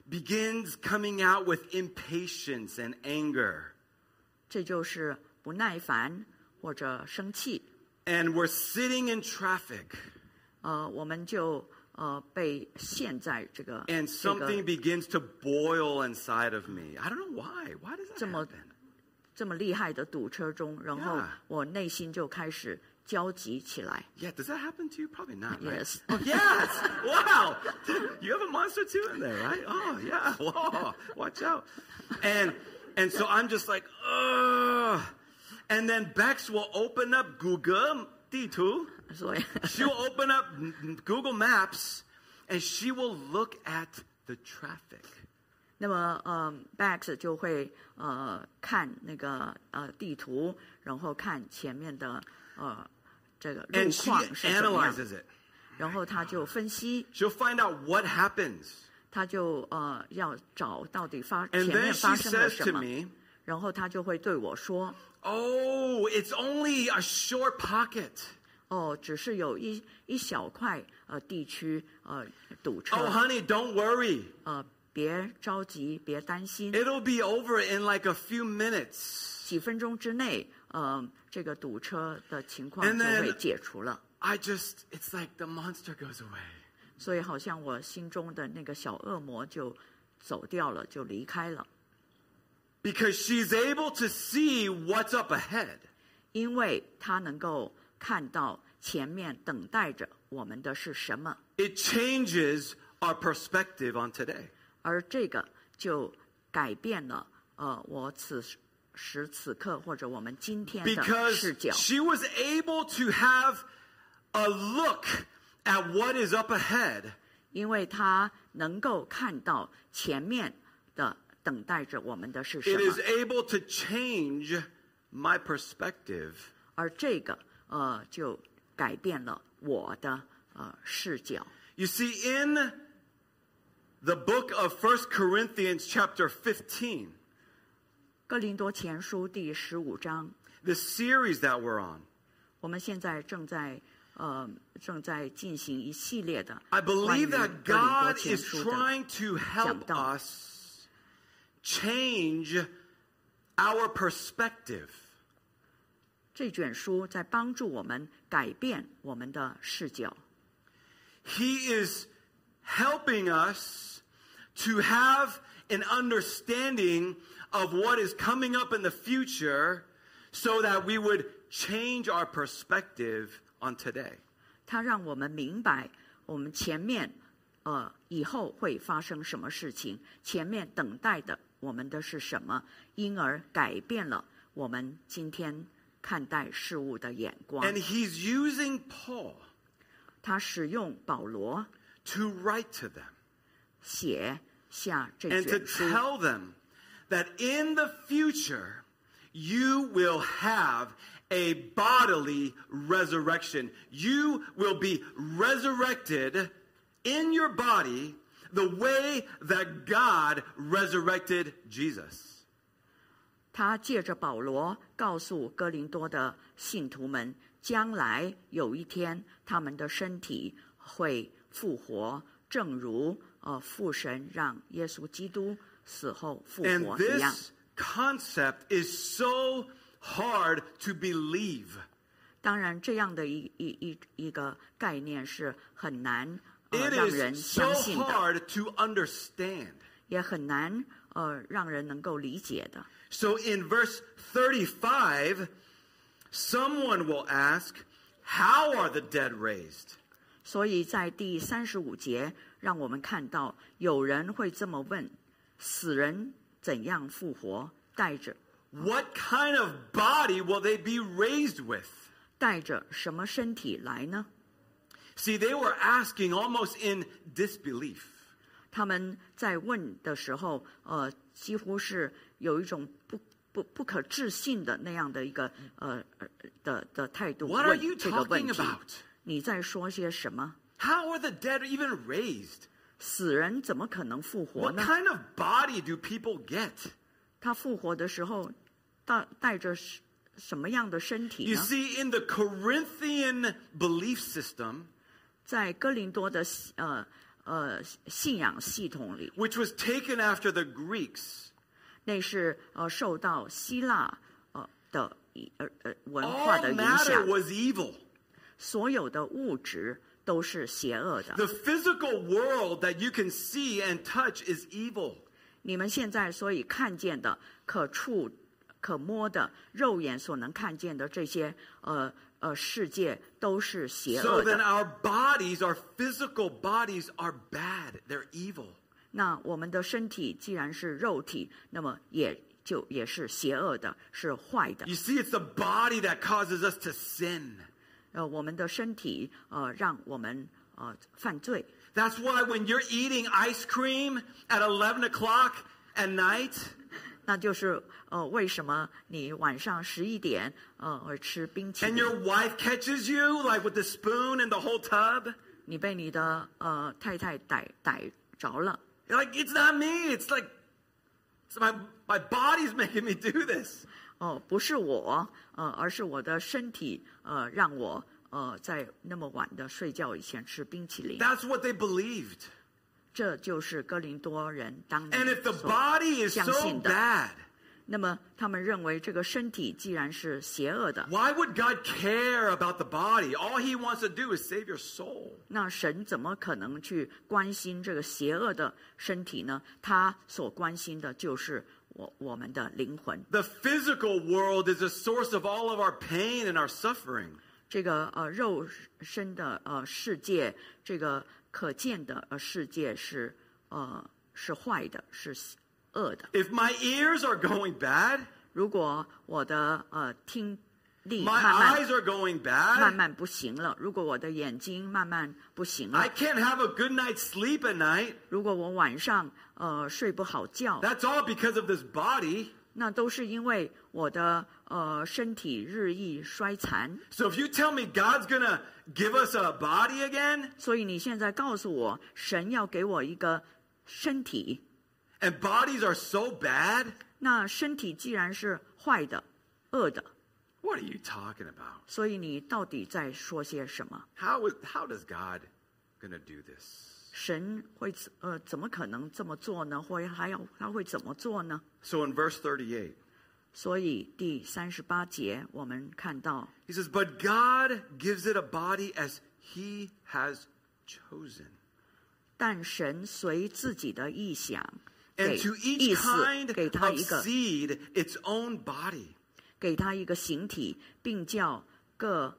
[SPEAKER 1] begins coming out with impatience and anger.
[SPEAKER 2] 这就是不耐烦或者生气，
[SPEAKER 1] And we're sitting in traffic,
[SPEAKER 2] 呃，我们就呃被陷在这个
[SPEAKER 1] and
[SPEAKER 2] 这
[SPEAKER 1] something
[SPEAKER 2] 个
[SPEAKER 1] begins to boil inside of me. I don't know why. Why does that
[SPEAKER 2] 这么
[SPEAKER 1] happen?
[SPEAKER 2] 这么厉害的堵车中，然后
[SPEAKER 1] Yeah.
[SPEAKER 2] 我内心就开始焦急起来。
[SPEAKER 1] Yeah, does that happen to you? Probably not. Right?
[SPEAKER 2] Yes.
[SPEAKER 1] Oh, yes. wow. You have a monster too in there, right? Oh, yeah. Whoa. Watch out. And and so I'm just like, ugh. And then Bex will open up Google D2.
[SPEAKER 2] 所以，
[SPEAKER 1] She'll open up m- m- Google Maps, and she will look at the traffic.
[SPEAKER 2] 那么呃，Bax 就会呃看那个呃地图，然后看前面的呃这个路
[SPEAKER 1] And she
[SPEAKER 2] 况是怎么样，
[SPEAKER 1] analyzes it.
[SPEAKER 2] 然后他就分析，
[SPEAKER 1] She'll find out what happens.
[SPEAKER 2] 他就呃要找到底发
[SPEAKER 1] And
[SPEAKER 2] 前
[SPEAKER 1] then
[SPEAKER 2] 面
[SPEAKER 1] she
[SPEAKER 2] 发生
[SPEAKER 1] says
[SPEAKER 2] 了什
[SPEAKER 1] to
[SPEAKER 2] 么。
[SPEAKER 1] me,
[SPEAKER 2] 然后他就会对我说
[SPEAKER 1] Oh, it's only a short pocket.：“
[SPEAKER 2] 哦，只是有一一小块呃地区呃堵车
[SPEAKER 1] Oh, honey, don't worry.
[SPEAKER 2] 呃别着急，别担心，
[SPEAKER 1] It'll be over in like a few minutes.
[SPEAKER 2] 几分钟之内，呃，这个堵车的情况
[SPEAKER 1] And
[SPEAKER 2] 就
[SPEAKER 1] then-
[SPEAKER 2] 会解除了。
[SPEAKER 1] I just, it's like the monster goes away.
[SPEAKER 2] 所以好像我心中的那个小恶魔就走掉了，就离开了，
[SPEAKER 1] Because she's able to see what's up ahead.
[SPEAKER 2] 因为他能够看到前面等待着我们的是什么，
[SPEAKER 1] It changes our perspective on today.
[SPEAKER 2] 而这个就改变了呃我此时此刻或者我们今天的
[SPEAKER 1] Because
[SPEAKER 2] 视角，
[SPEAKER 1] she was able to have a look at what is up ahead
[SPEAKER 2] 因为他能够看到前面的等待着我们的是什
[SPEAKER 1] it
[SPEAKER 2] 么
[SPEAKER 1] is，able to change my perspective.
[SPEAKER 2] 而这个呃就改变了我的呃视角。
[SPEAKER 1] You see, in the book of First Corinthians, chapter 15,
[SPEAKER 2] 哥林多前书第十五章，
[SPEAKER 1] the series that we're on,
[SPEAKER 2] 我们现在正在呃正在进行一系列的
[SPEAKER 1] I
[SPEAKER 2] 关
[SPEAKER 1] believe
[SPEAKER 2] 于哥林
[SPEAKER 1] that
[SPEAKER 2] 多
[SPEAKER 1] God
[SPEAKER 2] 前
[SPEAKER 1] is
[SPEAKER 2] 书的
[SPEAKER 1] trying to help
[SPEAKER 2] 讲道。
[SPEAKER 1] us change our perspective.
[SPEAKER 2] 这卷书在帮助我们改变我们的视角，
[SPEAKER 1] He is helping us to have an understanding of what is coming up in the future so that we would change our perspective on today.
[SPEAKER 2] 它让我们明白我们前面呃以后会发生什么事情，前面等待的我们的是什么，因而改变了我们今天看待事物的眼光。
[SPEAKER 1] And he's using Paul
[SPEAKER 2] 他使用保罗
[SPEAKER 1] to write to them
[SPEAKER 2] 写下这
[SPEAKER 1] and to
[SPEAKER 2] 卷书。
[SPEAKER 1] tell them that in the future you will have a bodily resurrection. You will be resurrected in your body the way that God resurrected Jesus.
[SPEAKER 2] 他借着保罗告诉哥林多的信徒们，将来有一天他们的身体会复活，正如呃父神让耶稣基督死后复
[SPEAKER 1] And
[SPEAKER 2] 活一样。
[SPEAKER 1] this concept is so hard to believe.
[SPEAKER 2] 当然，这样的一一一一个概念是很难、呃、
[SPEAKER 1] It
[SPEAKER 2] 让人
[SPEAKER 1] is
[SPEAKER 2] 相
[SPEAKER 1] so
[SPEAKER 2] 信的，
[SPEAKER 1] hard to understand.
[SPEAKER 2] 也很难呃让人能够理解的。
[SPEAKER 1] So in verse 35, someone will ask, How are the dead raised?
[SPEAKER 2] 所以在第三十五节，让我们看到有人会这么问：死人怎样复活？带着
[SPEAKER 1] What kind of body will they be raised with?
[SPEAKER 2] 带着什么身体来呢？
[SPEAKER 1] See, they were asking almost in disbelief.
[SPEAKER 2] 他们在问的时候，呃，几乎是有一种不不不可置信的那样的一个呃呃的的态度
[SPEAKER 1] What are
[SPEAKER 2] 问
[SPEAKER 1] you
[SPEAKER 2] 这个问
[SPEAKER 1] talking
[SPEAKER 2] 题
[SPEAKER 1] about?。
[SPEAKER 2] 你在说些什么？
[SPEAKER 1] How are the dead even raised?
[SPEAKER 2] 死人怎么可能复活
[SPEAKER 1] What
[SPEAKER 2] 呢？
[SPEAKER 1] kind of body do people get?
[SPEAKER 2] 他复活的时候，带带着什什么样的身体
[SPEAKER 1] You
[SPEAKER 2] 呢？
[SPEAKER 1] see, in the Corinthian belief system,
[SPEAKER 2] 在哥林多的呃呃信仰系统里，
[SPEAKER 1] which was taken after the Greeks,
[SPEAKER 2] 那是呃受到希腊呃的一呃呃文化
[SPEAKER 1] all
[SPEAKER 2] 的影
[SPEAKER 1] 哦 matter
[SPEAKER 2] 响，
[SPEAKER 1] was evil.
[SPEAKER 2] 所有的物质都是邪恶的。
[SPEAKER 1] The physical world that you can see and touch is evil.
[SPEAKER 2] 你们现在所以看见的、可触、可摸的、肉眼所能看见的这些呃呃世界都是邪
[SPEAKER 1] So
[SPEAKER 2] 恶
[SPEAKER 1] then
[SPEAKER 2] 的。
[SPEAKER 1] our bodies, our physical bodies are bad. They're evil.
[SPEAKER 2] 那我们的身体既然是肉体，那么也就也是邪恶的，是坏的
[SPEAKER 1] You。see, it's the body that causes us to sin.
[SPEAKER 2] 呃，我们的身体呃，让我们呃犯罪。
[SPEAKER 1] That's why when you're eating ice cream at 11 o'clock at night,
[SPEAKER 2] 那就是呃，为什么你晚上十一点呃会吃冰淇
[SPEAKER 1] and
[SPEAKER 2] 淋？
[SPEAKER 1] your wife catches you, like with the spoon and the whole tub,
[SPEAKER 2] 你被你的呃太太逮逮着了，
[SPEAKER 1] you're like, it's not me. It's like, it's my, my body's making me do this.
[SPEAKER 2] 哦、不是我，呃，而是我的身体呃让我呃在那么晚的睡觉以前吃冰淇淋。
[SPEAKER 1] That's what they believed.
[SPEAKER 2] 这就是哥林多人当
[SPEAKER 1] And if
[SPEAKER 2] 年
[SPEAKER 1] the
[SPEAKER 2] 所
[SPEAKER 1] body is
[SPEAKER 2] 相
[SPEAKER 1] so
[SPEAKER 2] 信的。
[SPEAKER 1] bad,
[SPEAKER 2] 那么他们认为这个身体既然是邪恶的，
[SPEAKER 1] why would God care about the body? All he wants to do is save your soul.
[SPEAKER 2] 那神怎么可能去关心这个邪恶的身体呢？他所关心的就是我我们的灵魂。
[SPEAKER 1] The physical world is the source of all of our pain and our suffering.
[SPEAKER 2] 这个呃肉身的呃世界，这个可见的呃世界是呃是坏的，是恶的。
[SPEAKER 1] If my ears are going bad,
[SPEAKER 2] 如果我的呃听力
[SPEAKER 1] my
[SPEAKER 2] 慢慢
[SPEAKER 1] eyes are going
[SPEAKER 2] 慢
[SPEAKER 1] bad,
[SPEAKER 2] 慢不行了，如果我的眼睛慢慢不行
[SPEAKER 1] I
[SPEAKER 2] 了，
[SPEAKER 1] can't have a good night's sleep at night.
[SPEAKER 2] 如果我晚上呃睡不好觉，
[SPEAKER 1] That's all because of this body.
[SPEAKER 2] 那都是因为我的呃身体日益衰残。
[SPEAKER 1] So if you tell me God's going to give us a body again,
[SPEAKER 2] 所以你现在告诉我，神要给我一个身体，
[SPEAKER 1] and bodies are so bad,
[SPEAKER 2] 那身体既然是坏的、恶的，
[SPEAKER 1] what are you talking about?
[SPEAKER 2] 所以你到底在说些什么？
[SPEAKER 1] How, is, how does God going to do this?
[SPEAKER 2] 神会怎呃怎么可能这么做呢？或还要他会怎么做呢？
[SPEAKER 1] So in verse 38,
[SPEAKER 2] 所以第三十八节我们看到，
[SPEAKER 1] he says, But God gives it a body as he has chosen.
[SPEAKER 2] 但神随自己的意想
[SPEAKER 1] And
[SPEAKER 2] 给
[SPEAKER 1] to
[SPEAKER 2] 意
[SPEAKER 1] each
[SPEAKER 2] 思
[SPEAKER 1] kind
[SPEAKER 2] 给他
[SPEAKER 1] of
[SPEAKER 2] 一个
[SPEAKER 1] seed its own body.
[SPEAKER 2] 给他一个形体，并叫各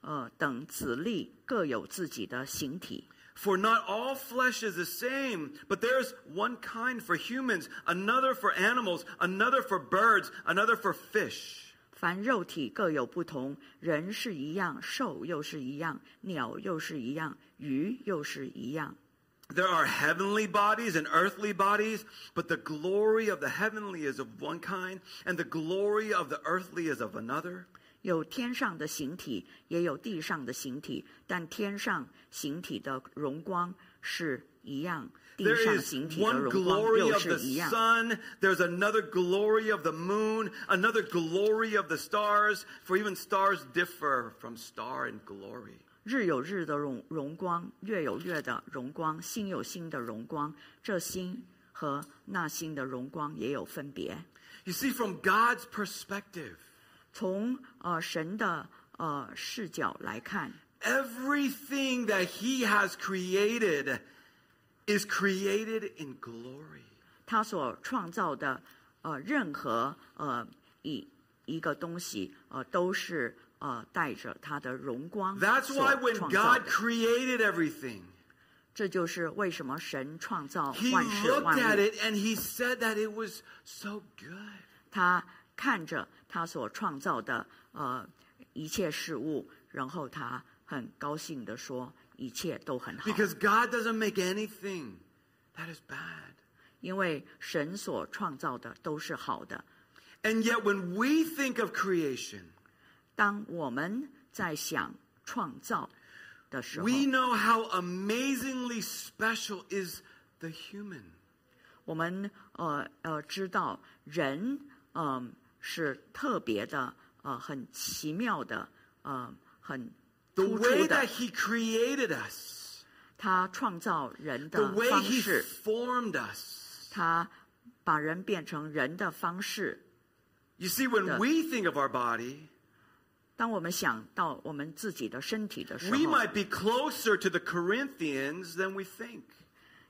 [SPEAKER 2] 呃等子粒各有自己的形体。
[SPEAKER 1] For not all flesh is the same, but there's one kind for humans, another for animals, another for birds, another for fish.
[SPEAKER 2] 凡肉体各有不同，人是一样，兽又是一样，鸟又是一样，鱼又是一样。
[SPEAKER 1] There are heavenly bodies and earthly bodies, but the glory of the heavenly is of one kind, and the glory of the earthly is of another.
[SPEAKER 2] 有天上的形体，也有地上的形体，但天上形体的荣光是一样，地
[SPEAKER 1] There
[SPEAKER 2] 上
[SPEAKER 1] is
[SPEAKER 2] 形体的
[SPEAKER 1] one
[SPEAKER 2] 荣光
[SPEAKER 1] glory
[SPEAKER 2] 又
[SPEAKER 1] of
[SPEAKER 2] 是
[SPEAKER 1] the
[SPEAKER 2] 一样。
[SPEAKER 1] sun, there's another glory of the moon, another glory of the stars, for even stars differ from star in glory.
[SPEAKER 2] 日有日的荣荣光，月有月的荣光，星有星的荣光，这星和那星的荣光也有分别。
[SPEAKER 1] You see, from God's perspective,
[SPEAKER 2] 从呃神的呃视角来看，
[SPEAKER 1] everything that He has created is created in glory.
[SPEAKER 2] 他所创造的呃任何呃一一个东西呃都是呃带着他的荣光
[SPEAKER 1] That's
[SPEAKER 2] 所
[SPEAKER 1] why when
[SPEAKER 2] 创造
[SPEAKER 1] God
[SPEAKER 2] 的。
[SPEAKER 1] created everything,
[SPEAKER 2] 这就是为什么神创造
[SPEAKER 1] He
[SPEAKER 2] 万事
[SPEAKER 1] looked
[SPEAKER 2] 万
[SPEAKER 1] at
[SPEAKER 2] 物，
[SPEAKER 1] it and He said that it was so good.
[SPEAKER 2] 他看着他所创造的呃一切事物，然后他很高兴地说一切都很好，
[SPEAKER 1] Because God doesn't make anything that is bad.
[SPEAKER 2] 因为神所创造的都是好的。
[SPEAKER 1] And yet, when we think of creation,
[SPEAKER 2] 当我们在想创造的时候，
[SPEAKER 1] we know how amazingly special is the human.
[SPEAKER 2] 我们呃呃知道人嗯、是特别的呃很奇妙的呃很
[SPEAKER 1] The
[SPEAKER 2] 突
[SPEAKER 1] way
[SPEAKER 2] 出的
[SPEAKER 1] that，He created us,
[SPEAKER 2] 他创造人
[SPEAKER 1] the
[SPEAKER 2] 的
[SPEAKER 1] way
[SPEAKER 2] 方
[SPEAKER 1] He
[SPEAKER 2] 式，
[SPEAKER 1] formed us.
[SPEAKER 2] 他把人变成人的方式。
[SPEAKER 1] You see, when
[SPEAKER 2] The-
[SPEAKER 1] we think of our body,
[SPEAKER 2] 当我们想到我们自己的身体的时
[SPEAKER 1] we
[SPEAKER 2] 候，
[SPEAKER 1] might be closer to the Corinthians than we think.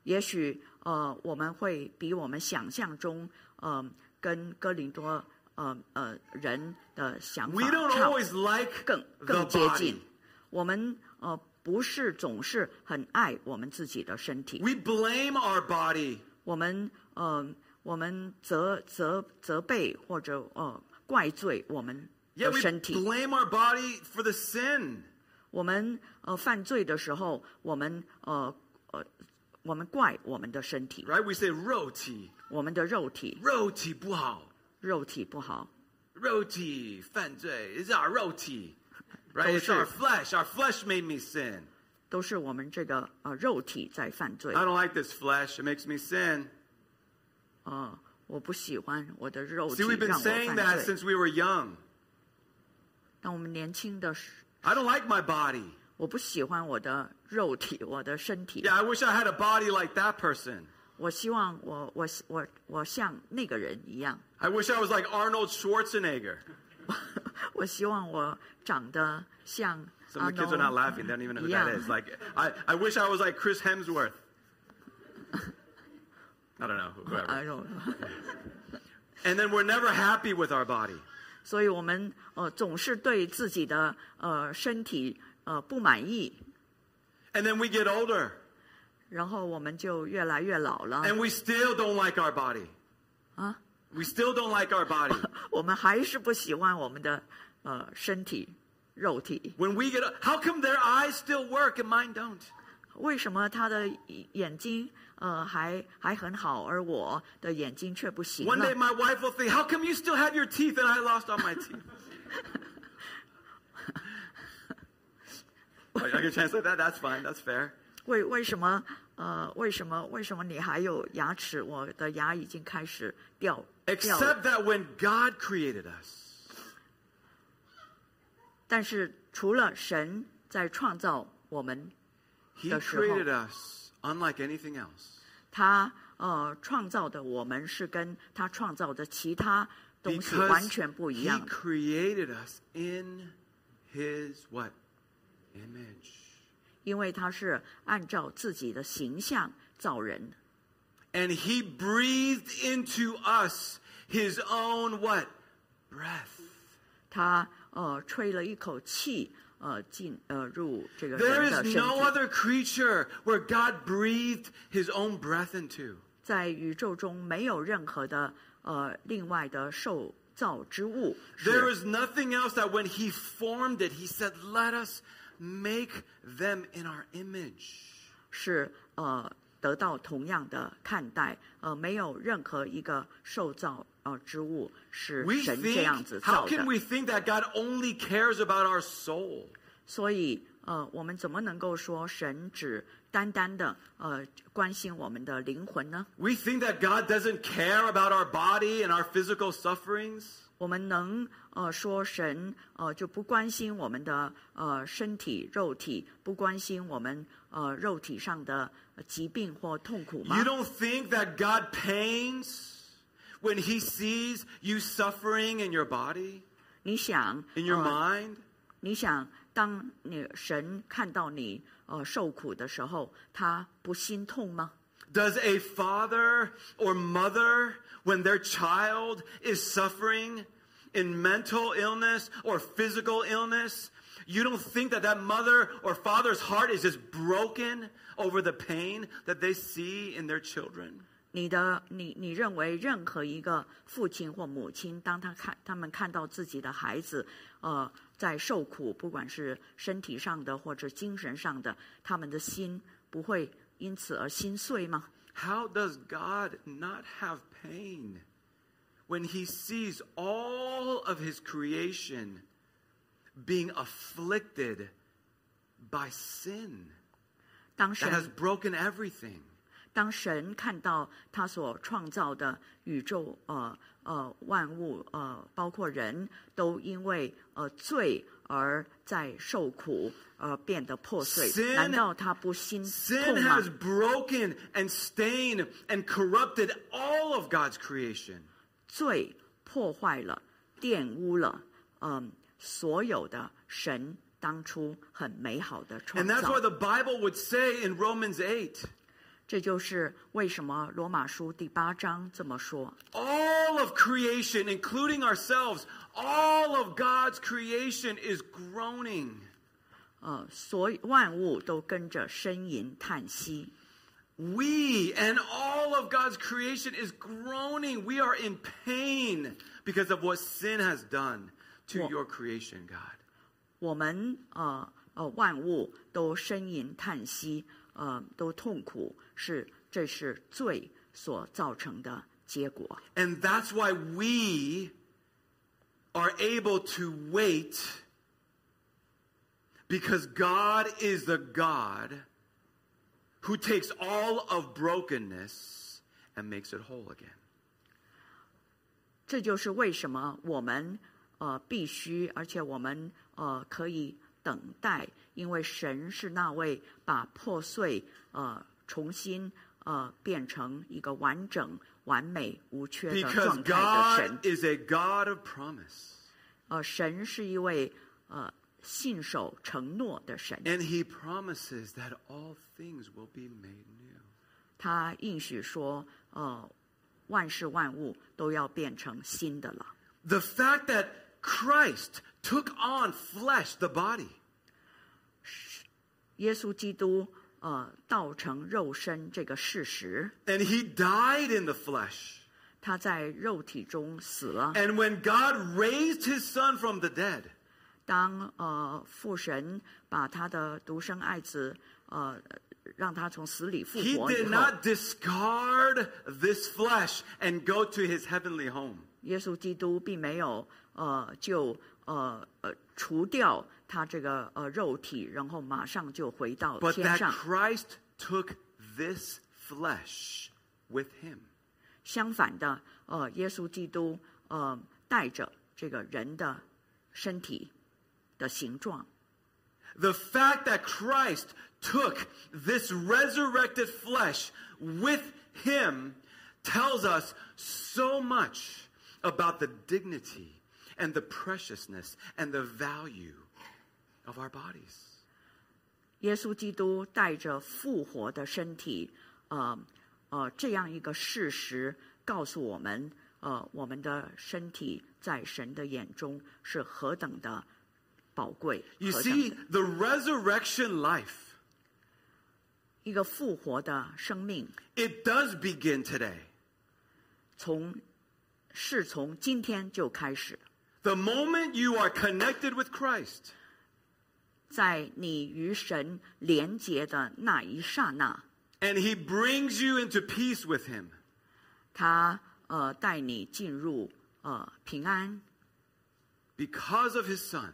[SPEAKER 2] 也许呃我们会比我们想象中呃跟哥林多呃呃人的想
[SPEAKER 1] We
[SPEAKER 2] 法
[SPEAKER 1] don't
[SPEAKER 2] 差不
[SPEAKER 1] always like
[SPEAKER 2] 更
[SPEAKER 1] the
[SPEAKER 2] 更接近
[SPEAKER 1] body.。
[SPEAKER 2] 我们呃不是总是很爱我们自己的身体，
[SPEAKER 1] We blame our body
[SPEAKER 2] 我们呃我们责责责备或者呃怪罪我们
[SPEAKER 1] Yeah,
[SPEAKER 2] 的
[SPEAKER 1] we
[SPEAKER 2] 身体。
[SPEAKER 1] blame our body for the sin.
[SPEAKER 2] 我们呃犯罪的时候，我们呃呃我们怪我们的身体，
[SPEAKER 1] Right? We say roti.
[SPEAKER 2] 我们的肉体
[SPEAKER 1] Roti 不好.
[SPEAKER 2] 肉体不好，
[SPEAKER 1] Roti 犯罪. It's our roti. Right? It's
[SPEAKER 2] 都是。
[SPEAKER 1] our flesh. Our flesh made me sin.
[SPEAKER 2] 都是我们这个呃肉体在犯罪
[SPEAKER 1] I。don't like this flesh. It makes me sin.
[SPEAKER 2] 呃，我不喜欢我的肉体
[SPEAKER 1] See, we've
[SPEAKER 2] 让
[SPEAKER 1] been
[SPEAKER 2] 我
[SPEAKER 1] saying
[SPEAKER 2] 犯
[SPEAKER 1] that
[SPEAKER 2] 罪。
[SPEAKER 1] since we were young.
[SPEAKER 2] 当我们年轻的时
[SPEAKER 1] I don't like my body.
[SPEAKER 2] 我不喜欢我的肉体，我的身体。
[SPEAKER 1] Yeah, I wish I had a body like that person.
[SPEAKER 2] 我希望我我我我像那个人一样，
[SPEAKER 1] I wish I was like Arnold Schwarzenegger.
[SPEAKER 2] 我希望我长得像
[SPEAKER 1] Some of the kids are not
[SPEAKER 2] Arnold
[SPEAKER 1] laughing. They don't even know who
[SPEAKER 2] Yeah.
[SPEAKER 1] that is. Like, I, I wish I was like Chris Hemsworth. I don't know, whoever.
[SPEAKER 2] I don't know.
[SPEAKER 1] And then we're never happy with our body.
[SPEAKER 2] 所以我们呃总是对自己的呃身体呃不满意，
[SPEAKER 1] And then we get older
[SPEAKER 2] 然后我们就越来越老了，
[SPEAKER 1] and we still don't like our body.
[SPEAKER 2] Huh?
[SPEAKER 1] We still don't like our body.
[SPEAKER 2] 我们还是不喜欢我们的呃身体肉体。
[SPEAKER 1] When we get how come their eyes still work and mine don't?
[SPEAKER 2] 为什么他的眼睛呃还还很好，而我的眼睛却不行啊
[SPEAKER 1] One
[SPEAKER 2] 了
[SPEAKER 1] day？my wife will think, "How come you still have your teeth and I lost all my teeth?" I I can translate that. That's fine. That's fair.
[SPEAKER 2] 为为什么呃为什么为什么你还有牙齿？我的牙已经开始掉掉了。
[SPEAKER 1] Except that when God created us,
[SPEAKER 2] 但是除了神在创造我们，
[SPEAKER 1] He
[SPEAKER 2] 的时候。
[SPEAKER 1] created us unlike anything else.
[SPEAKER 2] 他呃创造的我们是跟他创造的其他东西完
[SPEAKER 1] Because
[SPEAKER 2] 全不一
[SPEAKER 1] he
[SPEAKER 2] 样的。
[SPEAKER 1] created us in his what? Image.
[SPEAKER 2] 因为他是按照自己的形象造人，
[SPEAKER 1] And he breathed into us his own what? Breath.
[SPEAKER 2] 他呃吹了一口气，呃进呃入这个
[SPEAKER 1] There
[SPEAKER 2] 人的
[SPEAKER 1] is
[SPEAKER 2] 身
[SPEAKER 1] no
[SPEAKER 2] 体。
[SPEAKER 1] other creature where God breathed his own breath into.
[SPEAKER 2] 在宇宙中没有任何的呃另外的受造之物
[SPEAKER 1] There
[SPEAKER 2] 是
[SPEAKER 1] is nothing else that when he formed it, he said, Let us make them in our image.
[SPEAKER 2] 是呃得到同样的看待，呃没有任何一个受造呃之物是
[SPEAKER 1] We
[SPEAKER 2] 神这样子
[SPEAKER 1] think, how
[SPEAKER 2] 造
[SPEAKER 1] can
[SPEAKER 2] 的。
[SPEAKER 1] we think that God only cares about our soul?
[SPEAKER 2] 所以，呃，我们怎么能够说神只单单的呃关心我们的灵魂呢？
[SPEAKER 1] We think that God doesn't care about our body and our physical sufferings.
[SPEAKER 2] 我们能呃说神呃就不关心我们的呃身体肉体，不关心我们呃肉体上的疾病或痛苦吗
[SPEAKER 1] You？don't think that God pains when he sees you suffering in your body,
[SPEAKER 2] 你想
[SPEAKER 1] in your
[SPEAKER 2] 呃
[SPEAKER 1] mind?
[SPEAKER 2] 你想，当你神看到你呃受苦的时候，他不心痛吗？
[SPEAKER 1] Does a father or mother, when their child is suffering in mental illness or physical illness, you don't think that that mother or father's heart is just broken over the pain that they see in their children?
[SPEAKER 2] 你的你你认为任何一个父亲或母亲，当他看他们看到自己的孩子，呃，在受苦，不管是身体上的或者精神上的，他们的心不会因此而心碎吗？
[SPEAKER 1] How does God not have pain when he sees all of his creation being afflicted by sin
[SPEAKER 2] 当
[SPEAKER 1] that has
[SPEAKER 2] 神
[SPEAKER 1] broken everything?
[SPEAKER 2] 当神看到他所创造的宇宙，呃呃，万物，呃，包括人都因为呃罪而在受苦，而变得破碎
[SPEAKER 1] Sin-，
[SPEAKER 2] 难道他不心
[SPEAKER 1] Sin
[SPEAKER 2] 痛吗
[SPEAKER 1] has？broken and stained and corrupted all of God's creation.
[SPEAKER 2] 罪破坏了、玷污了，嗯，所有的神当初很美好的创
[SPEAKER 1] And that's why
[SPEAKER 2] 造。
[SPEAKER 1] the Bible would say in Romans 8
[SPEAKER 2] 这就是为什么罗马书第八章这么说：
[SPEAKER 1] all of creation, including ourselves, all of God's creation is groaning.
[SPEAKER 2] 呃，所有万物都跟着呻吟叹息。
[SPEAKER 1] We and all of God's creation is groaning. We are in pain because of what sin has done to
[SPEAKER 2] Well-
[SPEAKER 1] your creation, God.
[SPEAKER 2] 我们呃呃，万物都呻吟叹息，呃，都痛苦，是这是罪所造成的结果。
[SPEAKER 1] And that's why we are able to wait because God is the God who takes all of brokenness and makes it whole again.
[SPEAKER 2] 这就是为什么我们呃必须，而且我们呃可以等待，因为神是那位把破碎呃重新呃变成一个完整、完美、无缺的
[SPEAKER 1] Because
[SPEAKER 2] 状态的
[SPEAKER 1] God
[SPEAKER 2] 神。
[SPEAKER 1] is a God of promise
[SPEAKER 2] 呃，神是一位呃信守承诺的神，
[SPEAKER 1] and he promises that all things will be made new.
[SPEAKER 2] 他应许说，呃，万事万物都要变成新的了。
[SPEAKER 1] The fact that Christ took on flesh, the body.
[SPEAKER 2] 耶稣基督呃道成肉身这个事实，
[SPEAKER 1] And he died in the flesh.
[SPEAKER 2] 他在肉体中死了。
[SPEAKER 1] And when God raised his son from the dead,
[SPEAKER 2] 当呃父神把他的独生爱子呃让他从死里复
[SPEAKER 1] he
[SPEAKER 2] 活以
[SPEAKER 1] did
[SPEAKER 2] 后，
[SPEAKER 1] not discard this flesh and go to his heavenly home.
[SPEAKER 2] 耶稣基督并没有呃就呃呃除掉他这个呃肉体，然后马上就回到
[SPEAKER 1] But
[SPEAKER 2] 天
[SPEAKER 1] that
[SPEAKER 2] 上。
[SPEAKER 1] Christ took this flesh with him.
[SPEAKER 2] 相反的，呃，耶稣基督呃带着这个人的身体的形状，
[SPEAKER 1] The fact that Christ took this resurrected flesh with him tells us so much about the dignity and the preciousness and the value of our bodies.
[SPEAKER 2] 耶稣基督带着复活的身体，呃呃，这样一个事实告诉我们，呃，我们的身体在神的眼中是何等的宝贵，
[SPEAKER 1] You
[SPEAKER 2] 何等
[SPEAKER 1] see,
[SPEAKER 2] 的
[SPEAKER 1] the resurrection life,
[SPEAKER 2] 一个复活的生命，
[SPEAKER 1] it does begin today.
[SPEAKER 2] 从是从今天就开始，
[SPEAKER 1] The moment you are connected with Christ,
[SPEAKER 2] 在你与神连结的那一刹那，
[SPEAKER 1] and he brings you into peace with him,
[SPEAKER 2] 他呃带你进入呃平安，
[SPEAKER 1] because of his son,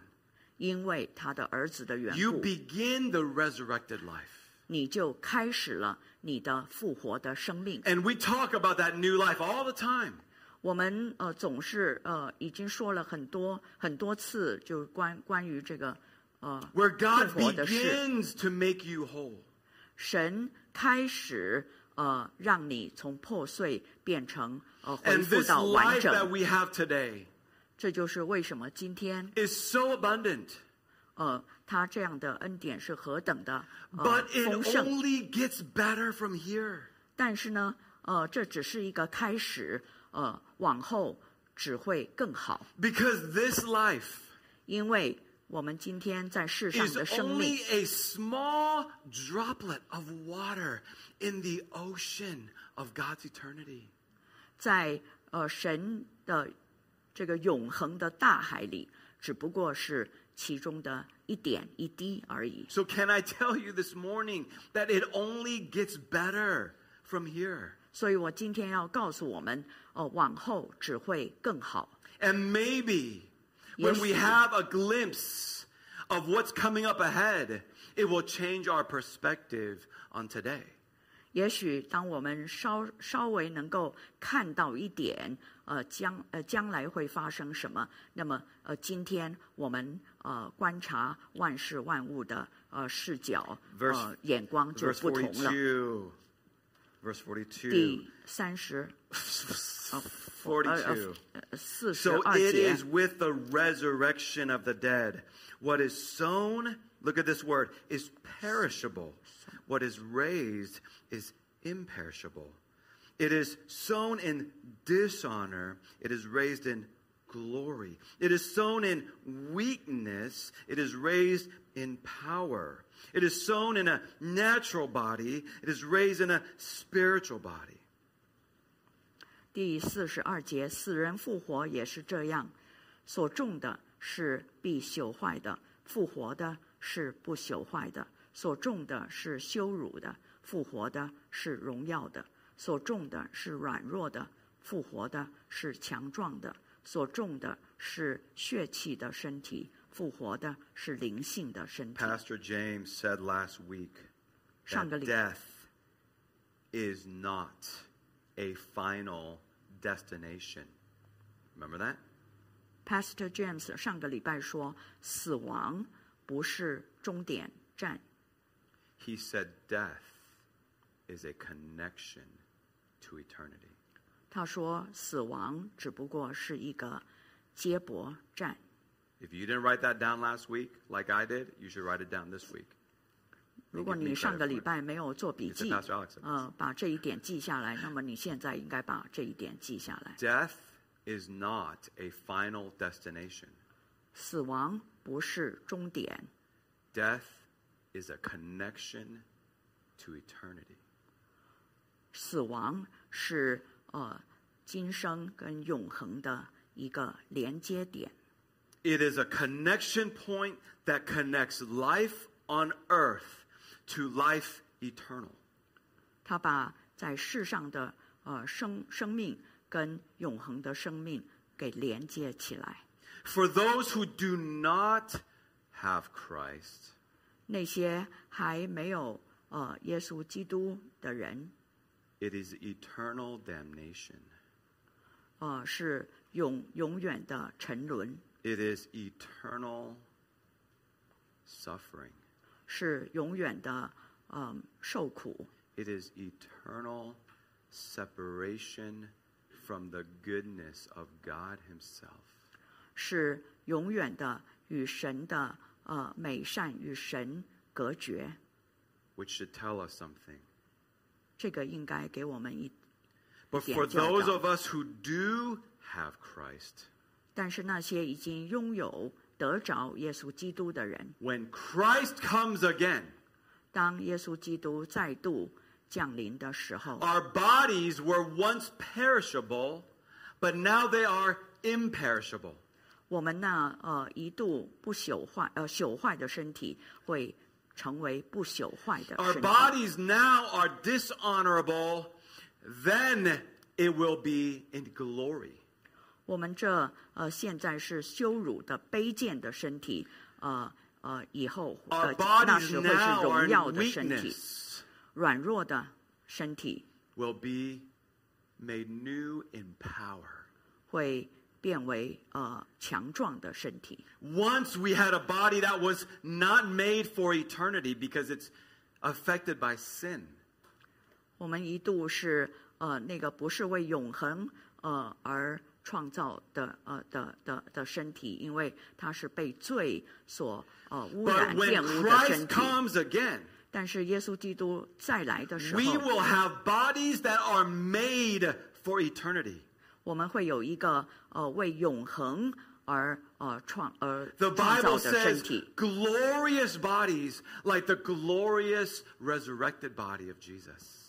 [SPEAKER 2] 因为他的儿子的缘
[SPEAKER 1] you
[SPEAKER 2] 故。
[SPEAKER 1] begin the resurrected life.
[SPEAKER 2] 你就开始了你的复活的生命。
[SPEAKER 1] And we talk about that new life all the time.
[SPEAKER 2] 我们呃总是呃已经说了很多很多次，就是关关于这个呃
[SPEAKER 1] Where God
[SPEAKER 2] 复活的事，
[SPEAKER 1] begins to make you whole.
[SPEAKER 2] 神开始呃让你从破碎变成呃恢
[SPEAKER 1] And
[SPEAKER 2] 复
[SPEAKER 1] this
[SPEAKER 2] 到完
[SPEAKER 1] life that
[SPEAKER 2] 整。
[SPEAKER 1] we have today
[SPEAKER 2] 这就是为什么今天
[SPEAKER 1] is so abundant,
[SPEAKER 2] 呃他这样的恩典是何等的、呃
[SPEAKER 1] but、
[SPEAKER 2] 丰
[SPEAKER 1] it
[SPEAKER 2] 盛。
[SPEAKER 1] only gets better from here.
[SPEAKER 2] 但是呢，呃这只是一个开始，呃往后只会更好。
[SPEAKER 1] Because this life
[SPEAKER 2] 因为我们今天在世上
[SPEAKER 1] is
[SPEAKER 2] 的生
[SPEAKER 1] only
[SPEAKER 2] 命
[SPEAKER 1] a small droplet of water in the ocean of God's eternity.
[SPEAKER 2] 在呃神的这个永恒的大海里，只不过是其中的一点一滴而已。
[SPEAKER 1] So, can I tell you this morning that it only gets better from here?
[SPEAKER 2] 所以我今天要告诉我们，呃，往后只会更好。
[SPEAKER 1] And maybe when we
[SPEAKER 2] Yes.
[SPEAKER 1] have a glimpse of what's coming up ahead, it will change our perspective on today.
[SPEAKER 2] 也许当我们稍稍微能够看到一点，呃，将呃将来会发生什么，那么呃，今天我们呃观察万事万物的呃视角
[SPEAKER 1] Verse-
[SPEAKER 2] 呃眼光就
[SPEAKER 1] Verse
[SPEAKER 2] 不同了。
[SPEAKER 1] 42. Verse 42.
[SPEAKER 2] 第三十哦
[SPEAKER 1] 42.
[SPEAKER 2] 呃四十
[SPEAKER 1] So
[SPEAKER 2] 二
[SPEAKER 1] it
[SPEAKER 2] 节
[SPEAKER 1] is with the resurrection of the dead. What is sown, look at this word, is perishable. What is raised is imperishable. It is sown in dishonor, it is raised in glory. It is sown in weakness, it is raised in power. It is sown in a natural body, it is raised in a spiritual body.
[SPEAKER 2] 第四十二节，死人复活也是这样，所种的是必朽坏的，复活的是不朽坏的；所种的是羞辱的，复活的是荣耀的；所种的是软弱的，复活的是强壮的；所种的是血气的身体，复活的是灵性的身体。
[SPEAKER 1] Pastor James said last week that
[SPEAKER 2] 上个礼拜。
[SPEAKER 1] death is not a final destination. Remember that?
[SPEAKER 2] Pastor James 上个礼拜说，死亡不是终点站，
[SPEAKER 1] He said death is a connection to eternity.
[SPEAKER 2] 他说死亡只不过是一个接驳站。
[SPEAKER 1] If you didn't write that down last week, like I did, you should write it down this week.
[SPEAKER 2] 如果你上个礼拜没有做笔
[SPEAKER 1] It's
[SPEAKER 2] 记
[SPEAKER 1] a pastor Alex，
[SPEAKER 2] 呃，把这一点记下来，那么你现在应该把这一点记下来。
[SPEAKER 1] Death is not a final destination.
[SPEAKER 2] 死亡不是终点，
[SPEAKER 1] Death is a connection to eternity.
[SPEAKER 2] 死亡是呃今生跟永恒的一个连接点，
[SPEAKER 1] It is a connection point that connects life on earth to life eternal.
[SPEAKER 2] 它把在世上的呃生生命跟永恒的生命给连接起来。
[SPEAKER 1] For those who do not have Christ,
[SPEAKER 2] 那些还没有呃耶稣基督的人，
[SPEAKER 1] it is eternal damnation.
[SPEAKER 2] 呃是永永远的沉沦，
[SPEAKER 1] It is eternal suffering.
[SPEAKER 2] 是永远的呃受苦，
[SPEAKER 1] It is eternal separation from the goodness of God Himself.
[SPEAKER 2] 是永远的与神的呃美善与神隔绝。
[SPEAKER 1] which should tell us something.
[SPEAKER 2] 这个应该给我们一，
[SPEAKER 1] But
[SPEAKER 2] Yeah,
[SPEAKER 1] for
[SPEAKER 2] it's all
[SPEAKER 1] those
[SPEAKER 2] about-
[SPEAKER 1] of us who do have Christ,
[SPEAKER 2] 但是那些已经拥有得着耶稣基督的人，
[SPEAKER 1] when Christ comes again,
[SPEAKER 2] 当耶稣基督再度降临的时候，
[SPEAKER 1] our bodies were once perishable, but now they are imperishable.
[SPEAKER 2] 我们呢呃一度不朽坏呃朽坏的身体会成为不朽坏的
[SPEAKER 1] Our
[SPEAKER 2] 身体，
[SPEAKER 1] bodies now are dishonorable, then it will be in glory.
[SPEAKER 2] 我们这呃现在是羞辱的卑贱的身体，呃呃以后
[SPEAKER 1] Our
[SPEAKER 2] 的那
[SPEAKER 1] bodies
[SPEAKER 2] 时会是
[SPEAKER 1] now are
[SPEAKER 2] 荣耀
[SPEAKER 1] in
[SPEAKER 2] 的身体。
[SPEAKER 1] weakness,
[SPEAKER 2] 软弱的身体
[SPEAKER 1] will be made new in power.
[SPEAKER 2] 会变为呃强壮的身体。
[SPEAKER 1] Once we had a body that was not made for eternity because it's affected by sin.
[SPEAKER 2] 我们一度是呃那个不是为永恒呃而创造的呃的的的身体，因为它是被罪所呃污
[SPEAKER 1] But
[SPEAKER 2] 染
[SPEAKER 1] when
[SPEAKER 2] 玷污的
[SPEAKER 1] Christ
[SPEAKER 2] 身体。
[SPEAKER 1] comes again,
[SPEAKER 2] 但是耶稣基督再来的时
[SPEAKER 1] we
[SPEAKER 2] 候，
[SPEAKER 1] will have bodies that are made for eternity.
[SPEAKER 2] 我们会有一个呃为永恒而呃创而
[SPEAKER 1] The
[SPEAKER 2] 创造
[SPEAKER 1] Bible
[SPEAKER 2] 的身
[SPEAKER 1] says
[SPEAKER 2] 体。
[SPEAKER 1] glorious bodies like the glorious resurrected body of Jesus.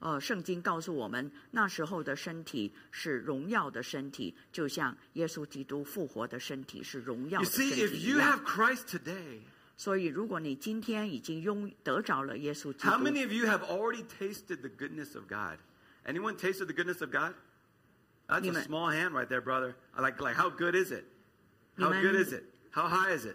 [SPEAKER 2] 呃，圣经告诉我们，那时候的身体是荣耀的身体，就像耶稣基督复活的身体是荣耀
[SPEAKER 1] You
[SPEAKER 2] 的身
[SPEAKER 1] see,
[SPEAKER 2] 体
[SPEAKER 1] if
[SPEAKER 2] 一
[SPEAKER 1] you
[SPEAKER 2] 样。
[SPEAKER 1] have Christ today,
[SPEAKER 2] 所以，如果你今天已经拥得着了耶稣基
[SPEAKER 1] how many
[SPEAKER 2] 督，
[SPEAKER 1] of you have already tasted the goodness of God? Anyone tasted the goodness of God? That's a
[SPEAKER 2] Amen.
[SPEAKER 1] small hand right there, brother. I Like, like, how good is it? How
[SPEAKER 2] Amen.
[SPEAKER 1] good is it? How high is it?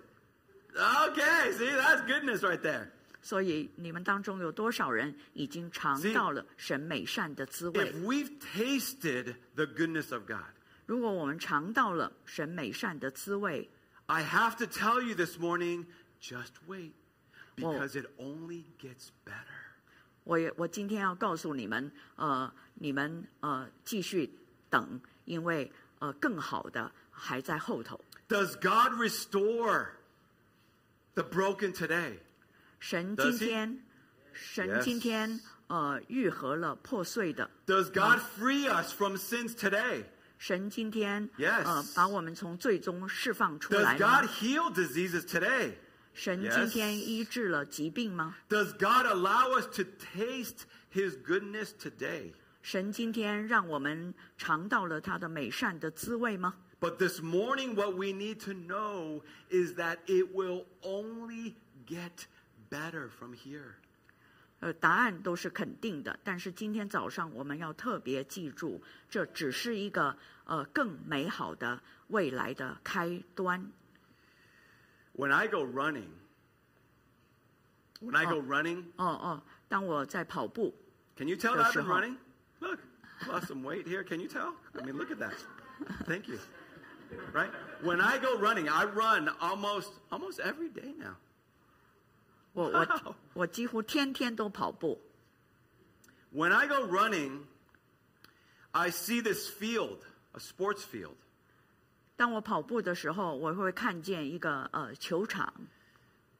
[SPEAKER 1] Okay, see, that's goodness right there.
[SPEAKER 2] 所以你们当中有多少人已经尝
[SPEAKER 1] See-
[SPEAKER 2] 到了神美善的滋味
[SPEAKER 1] If？we've tasted the goodness of God,
[SPEAKER 2] 如果我们尝到了神美善的滋味，
[SPEAKER 1] I have to tell you this morning, just wait, because it only gets better.
[SPEAKER 2] 我也我今天要告诉你们，呃，你们呃继续等，因为呃更好的还在后头。
[SPEAKER 1] Does God restore the broken today?
[SPEAKER 2] 神
[SPEAKER 1] Does
[SPEAKER 2] 今
[SPEAKER 1] he-
[SPEAKER 2] 天，神
[SPEAKER 1] Yes.
[SPEAKER 2] 今天呃愈合了破碎的，
[SPEAKER 1] Does God free us from sins today?
[SPEAKER 2] 神今天
[SPEAKER 1] Yes.
[SPEAKER 2] 呃把我们从最终释放出
[SPEAKER 1] Does
[SPEAKER 2] 来
[SPEAKER 1] God
[SPEAKER 2] 吗？
[SPEAKER 1] heal diseases today?
[SPEAKER 2] 神
[SPEAKER 1] Yes.
[SPEAKER 2] 今天医治了疾病吗？
[SPEAKER 1] Does God allow us to taste His goodness today?
[SPEAKER 2] 神今天让我们尝到了他的美善的滋味吗？
[SPEAKER 1] But this morning, what we need to know is that it will only get better from here.
[SPEAKER 2] 呃，答案都是肯定的，但是今天早上我们要特别记住，这只是一个呃更美好的未来的开端。
[SPEAKER 1] When I go running, when I go running,
[SPEAKER 2] 哦哦，当我在跑步，
[SPEAKER 1] can you tell that I've been
[SPEAKER 2] Yes, sir.
[SPEAKER 1] running? Look, lost some weight here. Can you tell? I mean, look at that. Thank you. Right? When I go running, I run almost almost every day now.
[SPEAKER 2] 我
[SPEAKER 1] Wow.
[SPEAKER 2] 我 我几乎天天都跑步。
[SPEAKER 1] When I go running, I see this field, a sports field.
[SPEAKER 2] 当我跑步的时候，我会看见一个呃球场，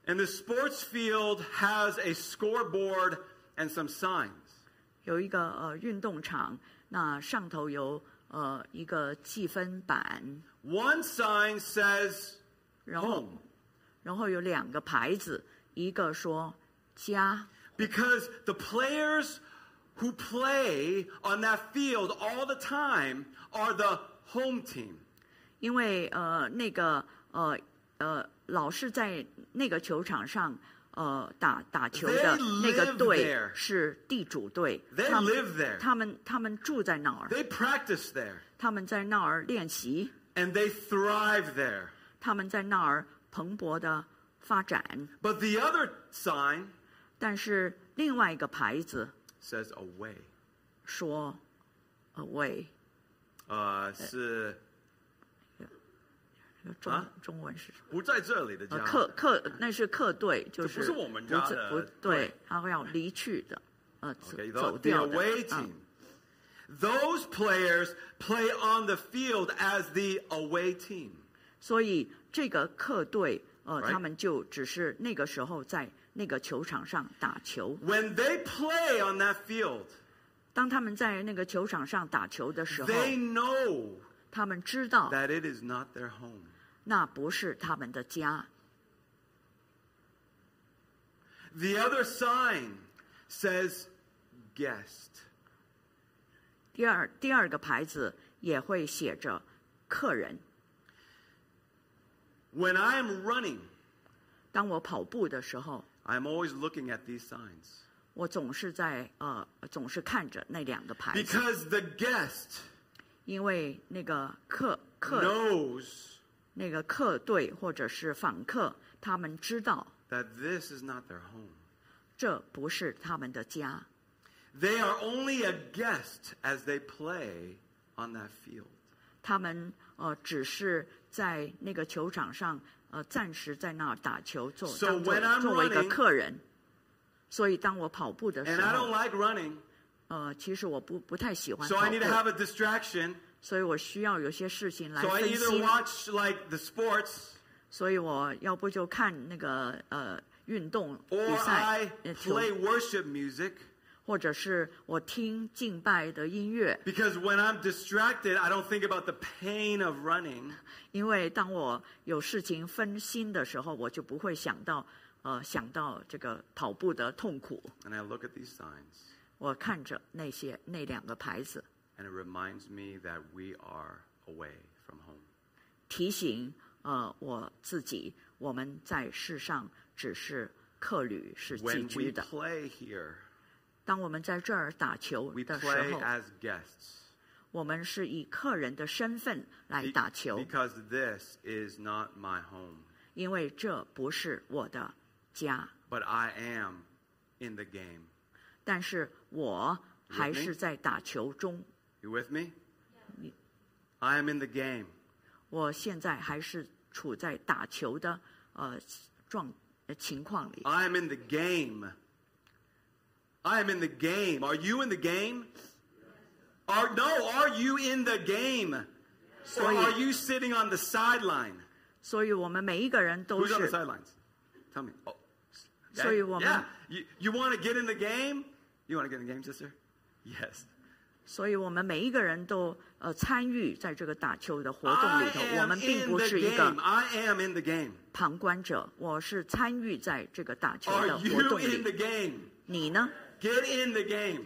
[SPEAKER 1] And the sports field has a scoreboard and some signs.
[SPEAKER 2] 有一个呃运动场，那上头有呃一个计分板，
[SPEAKER 1] One sign says
[SPEAKER 2] 然后
[SPEAKER 1] home
[SPEAKER 2] 然后有两个牌子，一个说家，
[SPEAKER 1] because the players who play on that field all the time are the home team.
[SPEAKER 2] 因为呃那个呃呃老是在那个球场上呃打打球的
[SPEAKER 1] They
[SPEAKER 2] 那个
[SPEAKER 1] live
[SPEAKER 2] 队
[SPEAKER 1] there.
[SPEAKER 2] 是地主队，
[SPEAKER 1] They
[SPEAKER 2] 他
[SPEAKER 1] live there.
[SPEAKER 2] 们他们他们住在那儿，
[SPEAKER 1] They practice there
[SPEAKER 2] 他们在那儿练习，
[SPEAKER 1] and they thrive there.
[SPEAKER 2] 他们在那儿蓬勃的发展，
[SPEAKER 1] But the other sign
[SPEAKER 2] 但是另外一个牌子
[SPEAKER 1] says away.
[SPEAKER 2] 说呃 away。
[SPEAKER 1] Uh, 是
[SPEAKER 2] 中、
[SPEAKER 1] 啊
[SPEAKER 2] 中文是什么？
[SPEAKER 1] 不在这里的家。
[SPEAKER 2] 呃，客客那是客队，就
[SPEAKER 1] 这不是我们家
[SPEAKER 2] 不
[SPEAKER 1] 的
[SPEAKER 2] 不
[SPEAKER 1] 队
[SPEAKER 2] 对，他会要离去的，呃，走
[SPEAKER 1] Okay, the,
[SPEAKER 2] 走
[SPEAKER 1] the
[SPEAKER 2] 掉的
[SPEAKER 1] away
[SPEAKER 2] 啊
[SPEAKER 1] team. Those players play on the field as the away team.
[SPEAKER 2] 所以这个客队，呃
[SPEAKER 1] Right.
[SPEAKER 2] 他们就只是那个时候在那个球场上打球。
[SPEAKER 1] When they play on that field,
[SPEAKER 2] 当他们在那个球场上打球的时候，
[SPEAKER 1] they know
[SPEAKER 2] 他们知道
[SPEAKER 1] that it is not their home.
[SPEAKER 2] 那不是他们的家。
[SPEAKER 1] The other sign says guest.
[SPEAKER 2] 第二第二个牌子也会写着客人。
[SPEAKER 1] When I am running,
[SPEAKER 2] 当我跑步的时候，
[SPEAKER 1] I'm always looking at these signs
[SPEAKER 2] 我总是在呃，总是看着那两个牌子。
[SPEAKER 1] because the guest
[SPEAKER 2] 因为那个客客、
[SPEAKER 1] knows
[SPEAKER 2] 那个客队或者是访客，他们知道
[SPEAKER 1] that this is not their home.
[SPEAKER 2] 这不是他们的家，
[SPEAKER 1] They are only a guest as they play on that field.
[SPEAKER 2] 他们呃只是在那个球场上呃暂时在那儿打球做
[SPEAKER 1] So
[SPEAKER 2] 当作
[SPEAKER 1] when I'm
[SPEAKER 2] 作为一个
[SPEAKER 1] running-
[SPEAKER 2] 客人。所以当我跑步的
[SPEAKER 1] And
[SPEAKER 2] 时
[SPEAKER 1] I don't
[SPEAKER 2] 候，
[SPEAKER 1] like running,
[SPEAKER 2] 呃，其实我不不太喜欢
[SPEAKER 1] so
[SPEAKER 2] 跑
[SPEAKER 1] I need to have
[SPEAKER 2] 步，
[SPEAKER 1] a distraction.
[SPEAKER 2] 所以我需要有些事情来
[SPEAKER 1] So I
[SPEAKER 2] 分
[SPEAKER 1] either
[SPEAKER 2] 心，
[SPEAKER 1] watch like the sports
[SPEAKER 2] 所以我要不就看那个呃运动
[SPEAKER 1] or
[SPEAKER 2] 比赛
[SPEAKER 1] I
[SPEAKER 2] 呃球
[SPEAKER 1] play worship music
[SPEAKER 2] 或者是我听敬拜的音乐，
[SPEAKER 1] because when I'm distracted, I don't think about the pain of running.
[SPEAKER 2] 因为当我有事情分心的时候，我就不会想到呃想到这个跑步的痛苦。
[SPEAKER 1] And I look at these signs
[SPEAKER 2] 我看着那些那两个牌子，
[SPEAKER 1] and it reminds me that we are away from home.
[SPEAKER 2] 提醒呃我自己，我们在世上只是客旅，是寄
[SPEAKER 1] When
[SPEAKER 2] 居
[SPEAKER 1] we
[SPEAKER 2] 的。
[SPEAKER 1] play here,
[SPEAKER 2] 当我们在这儿打球
[SPEAKER 1] we
[SPEAKER 2] 的
[SPEAKER 1] play
[SPEAKER 2] 时候，
[SPEAKER 1] as guests
[SPEAKER 2] 我们是以客人的身份来
[SPEAKER 1] Be-
[SPEAKER 2] 打球，
[SPEAKER 1] because this is not my home.
[SPEAKER 2] 因为这不是我的家，
[SPEAKER 1] but I am in the game.
[SPEAKER 2] 但是我还
[SPEAKER 1] With me?
[SPEAKER 2] 是在打球中，
[SPEAKER 1] You with me? I am in the game.
[SPEAKER 2] 我现在还是处在打球的呃状呃情况里。
[SPEAKER 1] I am in the game. I am in the game. Are you in the game? Are no, are you in the game? Or
[SPEAKER 2] 所以
[SPEAKER 1] are you sitting on the sideline?
[SPEAKER 2] 所以我们每一个人都
[SPEAKER 1] Who's Oh, on the
[SPEAKER 2] 是，
[SPEAKER 1] sidelines? Tell me. Oh.
[SPEAKER 2] So you want-
[SPEAKER 1] yeah. You, you want to get in the game? You want to get in the game, sister? Yes.
[SPEAKER 2] 所以我们每一个人都呃参与在这个打球的活动里
[SPEAKER 1] I
[SPEAKER 2] 头。我
[SPEAKER 1] am
[SPEAKER 2] 们并
[SPEAKER 1] in
[SPEAKER 2] 不
[SPEAKER 1] the
[SPEAKER 2] 是一个
[SPEAKER 1] game. I am in the game.
[SPEAKER 2] 旁观者，我是参与在这个打球
[SPEAKER 1] Are
[SPEAKER 2] 的活
[SPEAKER 1] you
[SPEAKER 2] 动
[SPEAKER 1] in the
[SPEAKER 2] 里。
[SPEAKER 1] game?
[SPEAKER 2] 你呢？
[SPEAKER 1] Get in the game.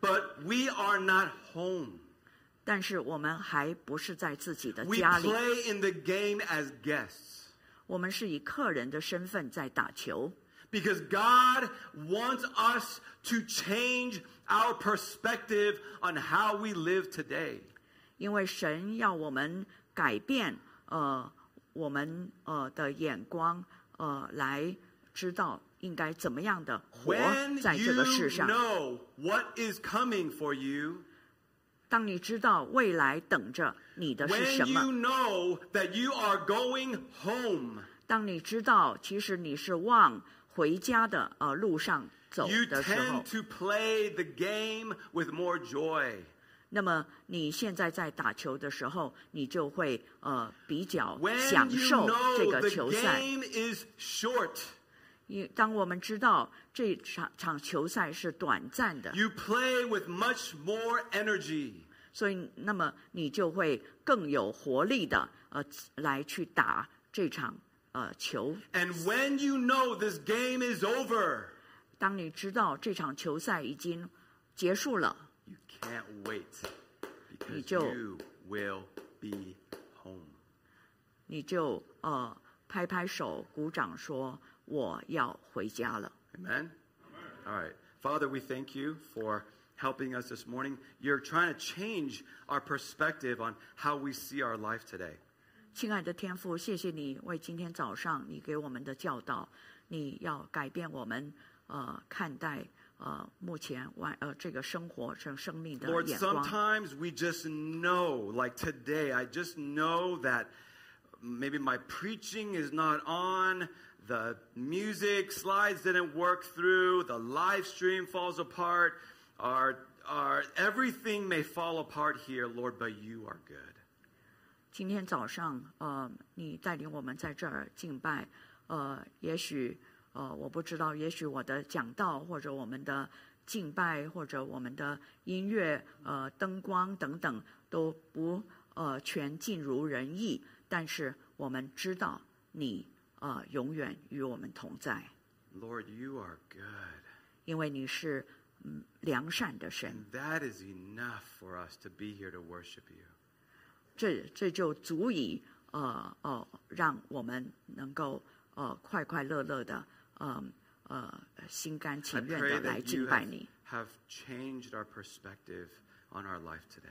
[SPEAKER 1] But we are not home.
[SPEAKER 2] 但是我们还不是在自己的
[SPEAKER 1] We
[SPEAKER 2] 家里，
[SPEAKER 1] play in the game as guests
[SPEAKER 2] 我们是以客人的身份在打球，
[SPEAKER 1] because God wants us to change our perspective on how we live today.
[SPEAKER 2] 因为神要我们改变呃我们呃的眼光呃来知道应该怎么样的活
[SPEAKER 1] When
[SPEAKER 2] 在这个世
[SPEAKER 1] you
[SPEAKER 2] 上。
[SPEAKER 1] know what is coming for you,
[SPEAKER 2] 当你知道未来等着你的是
[SPEAKER 1] when
[SPEAKER 2] 什
[SPEAKER 1] you
[SPEAKER 2] 么，
[SPEAKER 1] know that you are going home,
[SPEAKER 2] 当你知道其实你是往回家的呃路上走
[SPEAKER 1] you
[SPEAKER 2] 的时候
[SPEAKER 1] tend，to play the game with more joy.
[SPEAKER 2] 那么你现在在打球的时候，你就会呃比较
[SPEAKER 1] When
[SPEAKER 2] 享
[SPEAKER 1] you
[SPEAKER 2] 受这
[SPEAKER 1] know
[SPEAKER 2] 个
[SPEAKER 1] the
[SPEAKER 2] 球赛。
[SPEAKER 1] game is short,
[SPEAKER 2] 因当我们知道这场场球赛是短暂的，
[SPEAKER 1] you play with much more energy
[SPEAKER 2] 所以那么你就会更有活力的呃来去打这场呃球。
[SPEAKER 3] And when you know this game is over,
[SPEAKER 2] 当你知道这场球赛已经结束了，
[SPEAKER 1] You can't wait because
[SPEAKER 2] 你就-
[SPEAKER 1] you will be home.
[SPEAKER 2] 你就呃拍拍手、鼓掌说我要回家了。
[SPEAKER 1] Amen? All right. Father, we thank you for helping us this morning. You're trying to change our perspective on how we see our life today.
[SPEAKER 2] 亲爱的天父，谢谢你为今天早上你给我们的教导，你要改变我们呃看待呃目前外呃这个生活生生命的
[SPEAKER 1] Lord,
[SPEAKER 2] 眼光。
[SPEAKER 1] sometimes we just know, like today, I just know that maybe my preaching is not on, the music slides didn't work through, the live stream falls apart, our, our everything may fall apart here, Lord, but you are good.
[SPEAKER 2] 今天早上呃，你带领我们在这儿敬拜，呃，也许呃我不知道，也许我的讲道或者我们的敬拜或者我们的音乐呃灯光等等都不呃全尽如人意，但是我们知道你呃永远与我们同在，
[SPEAKER 1] Lord, you are good.
[SPEAKER 2] 因为你是嗯良善的神
[SPEAKER 1] And，that is enough for us to be here to worship you.
[SPEAKER 2] 这这就足以呃呃让我们能够呃快快乐乐的呃呃心甘
[SPEAKER 1] I
[SPEAKER 2] 情愿
[SPEAKER 1] pray
[SPEAKER 2] 的来
[SPEAKER 1] that
[SPEAKER 2] 敬
[SPEAKER 1] you
[SPEAKER 2] 拜
[SPEAKER 1] have,
[SPEAKER 2] 你。
[SPEAKER 1] have changed our perspective on our life today.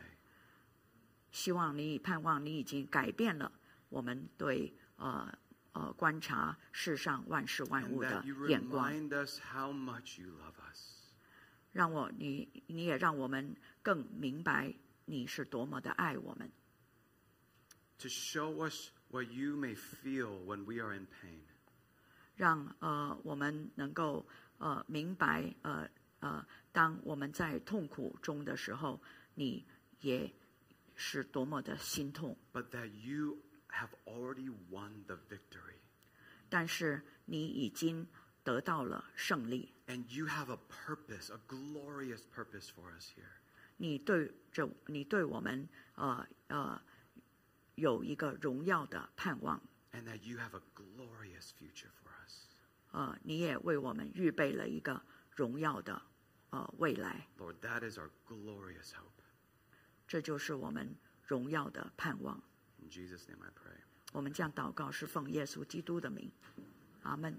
[SPEAKER 2] 希望你盼望你已经改变了我们对呃呃观察世上万事万
[SPEAKER 1] And
[SPEAKER 2] 物的
[SPEAKER 1] that you
[SPEAKER 2] 眼光，
[SPEAKER 1] remind us how much you love us.
[SPEAKER 2] 让我你你也让我们更明白你是多么的爱我们，
[SPEAKER 1] To show us what you may feel when we are in pain.
[SPEAKER 2] 让呃我们能够呃明白呃呃，当我们在痛苦中的时候，你也是多么的心痛，
[SPEAKER 1] But that you have already won the victory.
[SPEAKER 2] 但是你已经得到了胜利，
[SPEAKER 1] And you have a purpose, a glorious purpose for us here.
[SPEAKER 2] 你对着你对我们呃呃有一个荣耀的盼望，
[SPEAKER 1] And that you have a glorious future for us.
[SPEAKER 2] 呃，你也为我们预备了一个荣耀的呃未来，
[SPEAKER 1] Lord, that is our glorious hope.
[SPEAKER 2] 这就是我们荣耀的盼望。
[SPEAKER 1] In Jesus' name I pray.
[SPEAKER 2] 我们将祷告是奉耶稣基督的名，阿门。